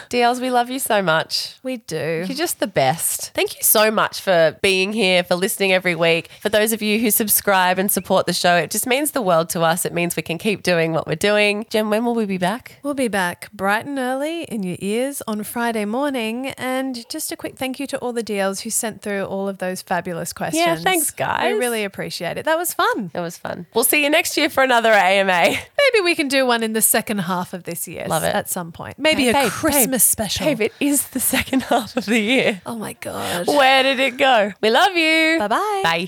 Speaker 4: DLs, we love you so much.
Speaker 3: We do.
Speaker 4: You're just the best. Thank you so much for being here, for listening every week. For those of you who subscribe and support the show. It just means the world to us. It means we can keep doing what we're doing. Jen, when will we be back?
Speaker 3: We'll be back bright and early in your ears on Friday morning. And just a quick thank you to all the DLs who sent through all of those fabulous questions.
Speaker 4: thanks,
Speaker 3: I
Speaker 4: guys.
Speaker 3: really appreciate it. That was fun.
Speaker 4: That was fun. We'll see you next year for another AMA.
Speaker 3: Maybe we can do one in the second half of this year.
Speaker 4: Love it.
Speaker 3: At some point. Maybe a
Speaker 4: Babe, babe,
Speaker 3: Christmas special.
Speaker 4: Babe, it is the second half of the year.
Speaker 3: Oh my God.
Speaker 4: Where did it go? We love you.
Speaker 3: Bye-bye.
Speaker 4: Bye.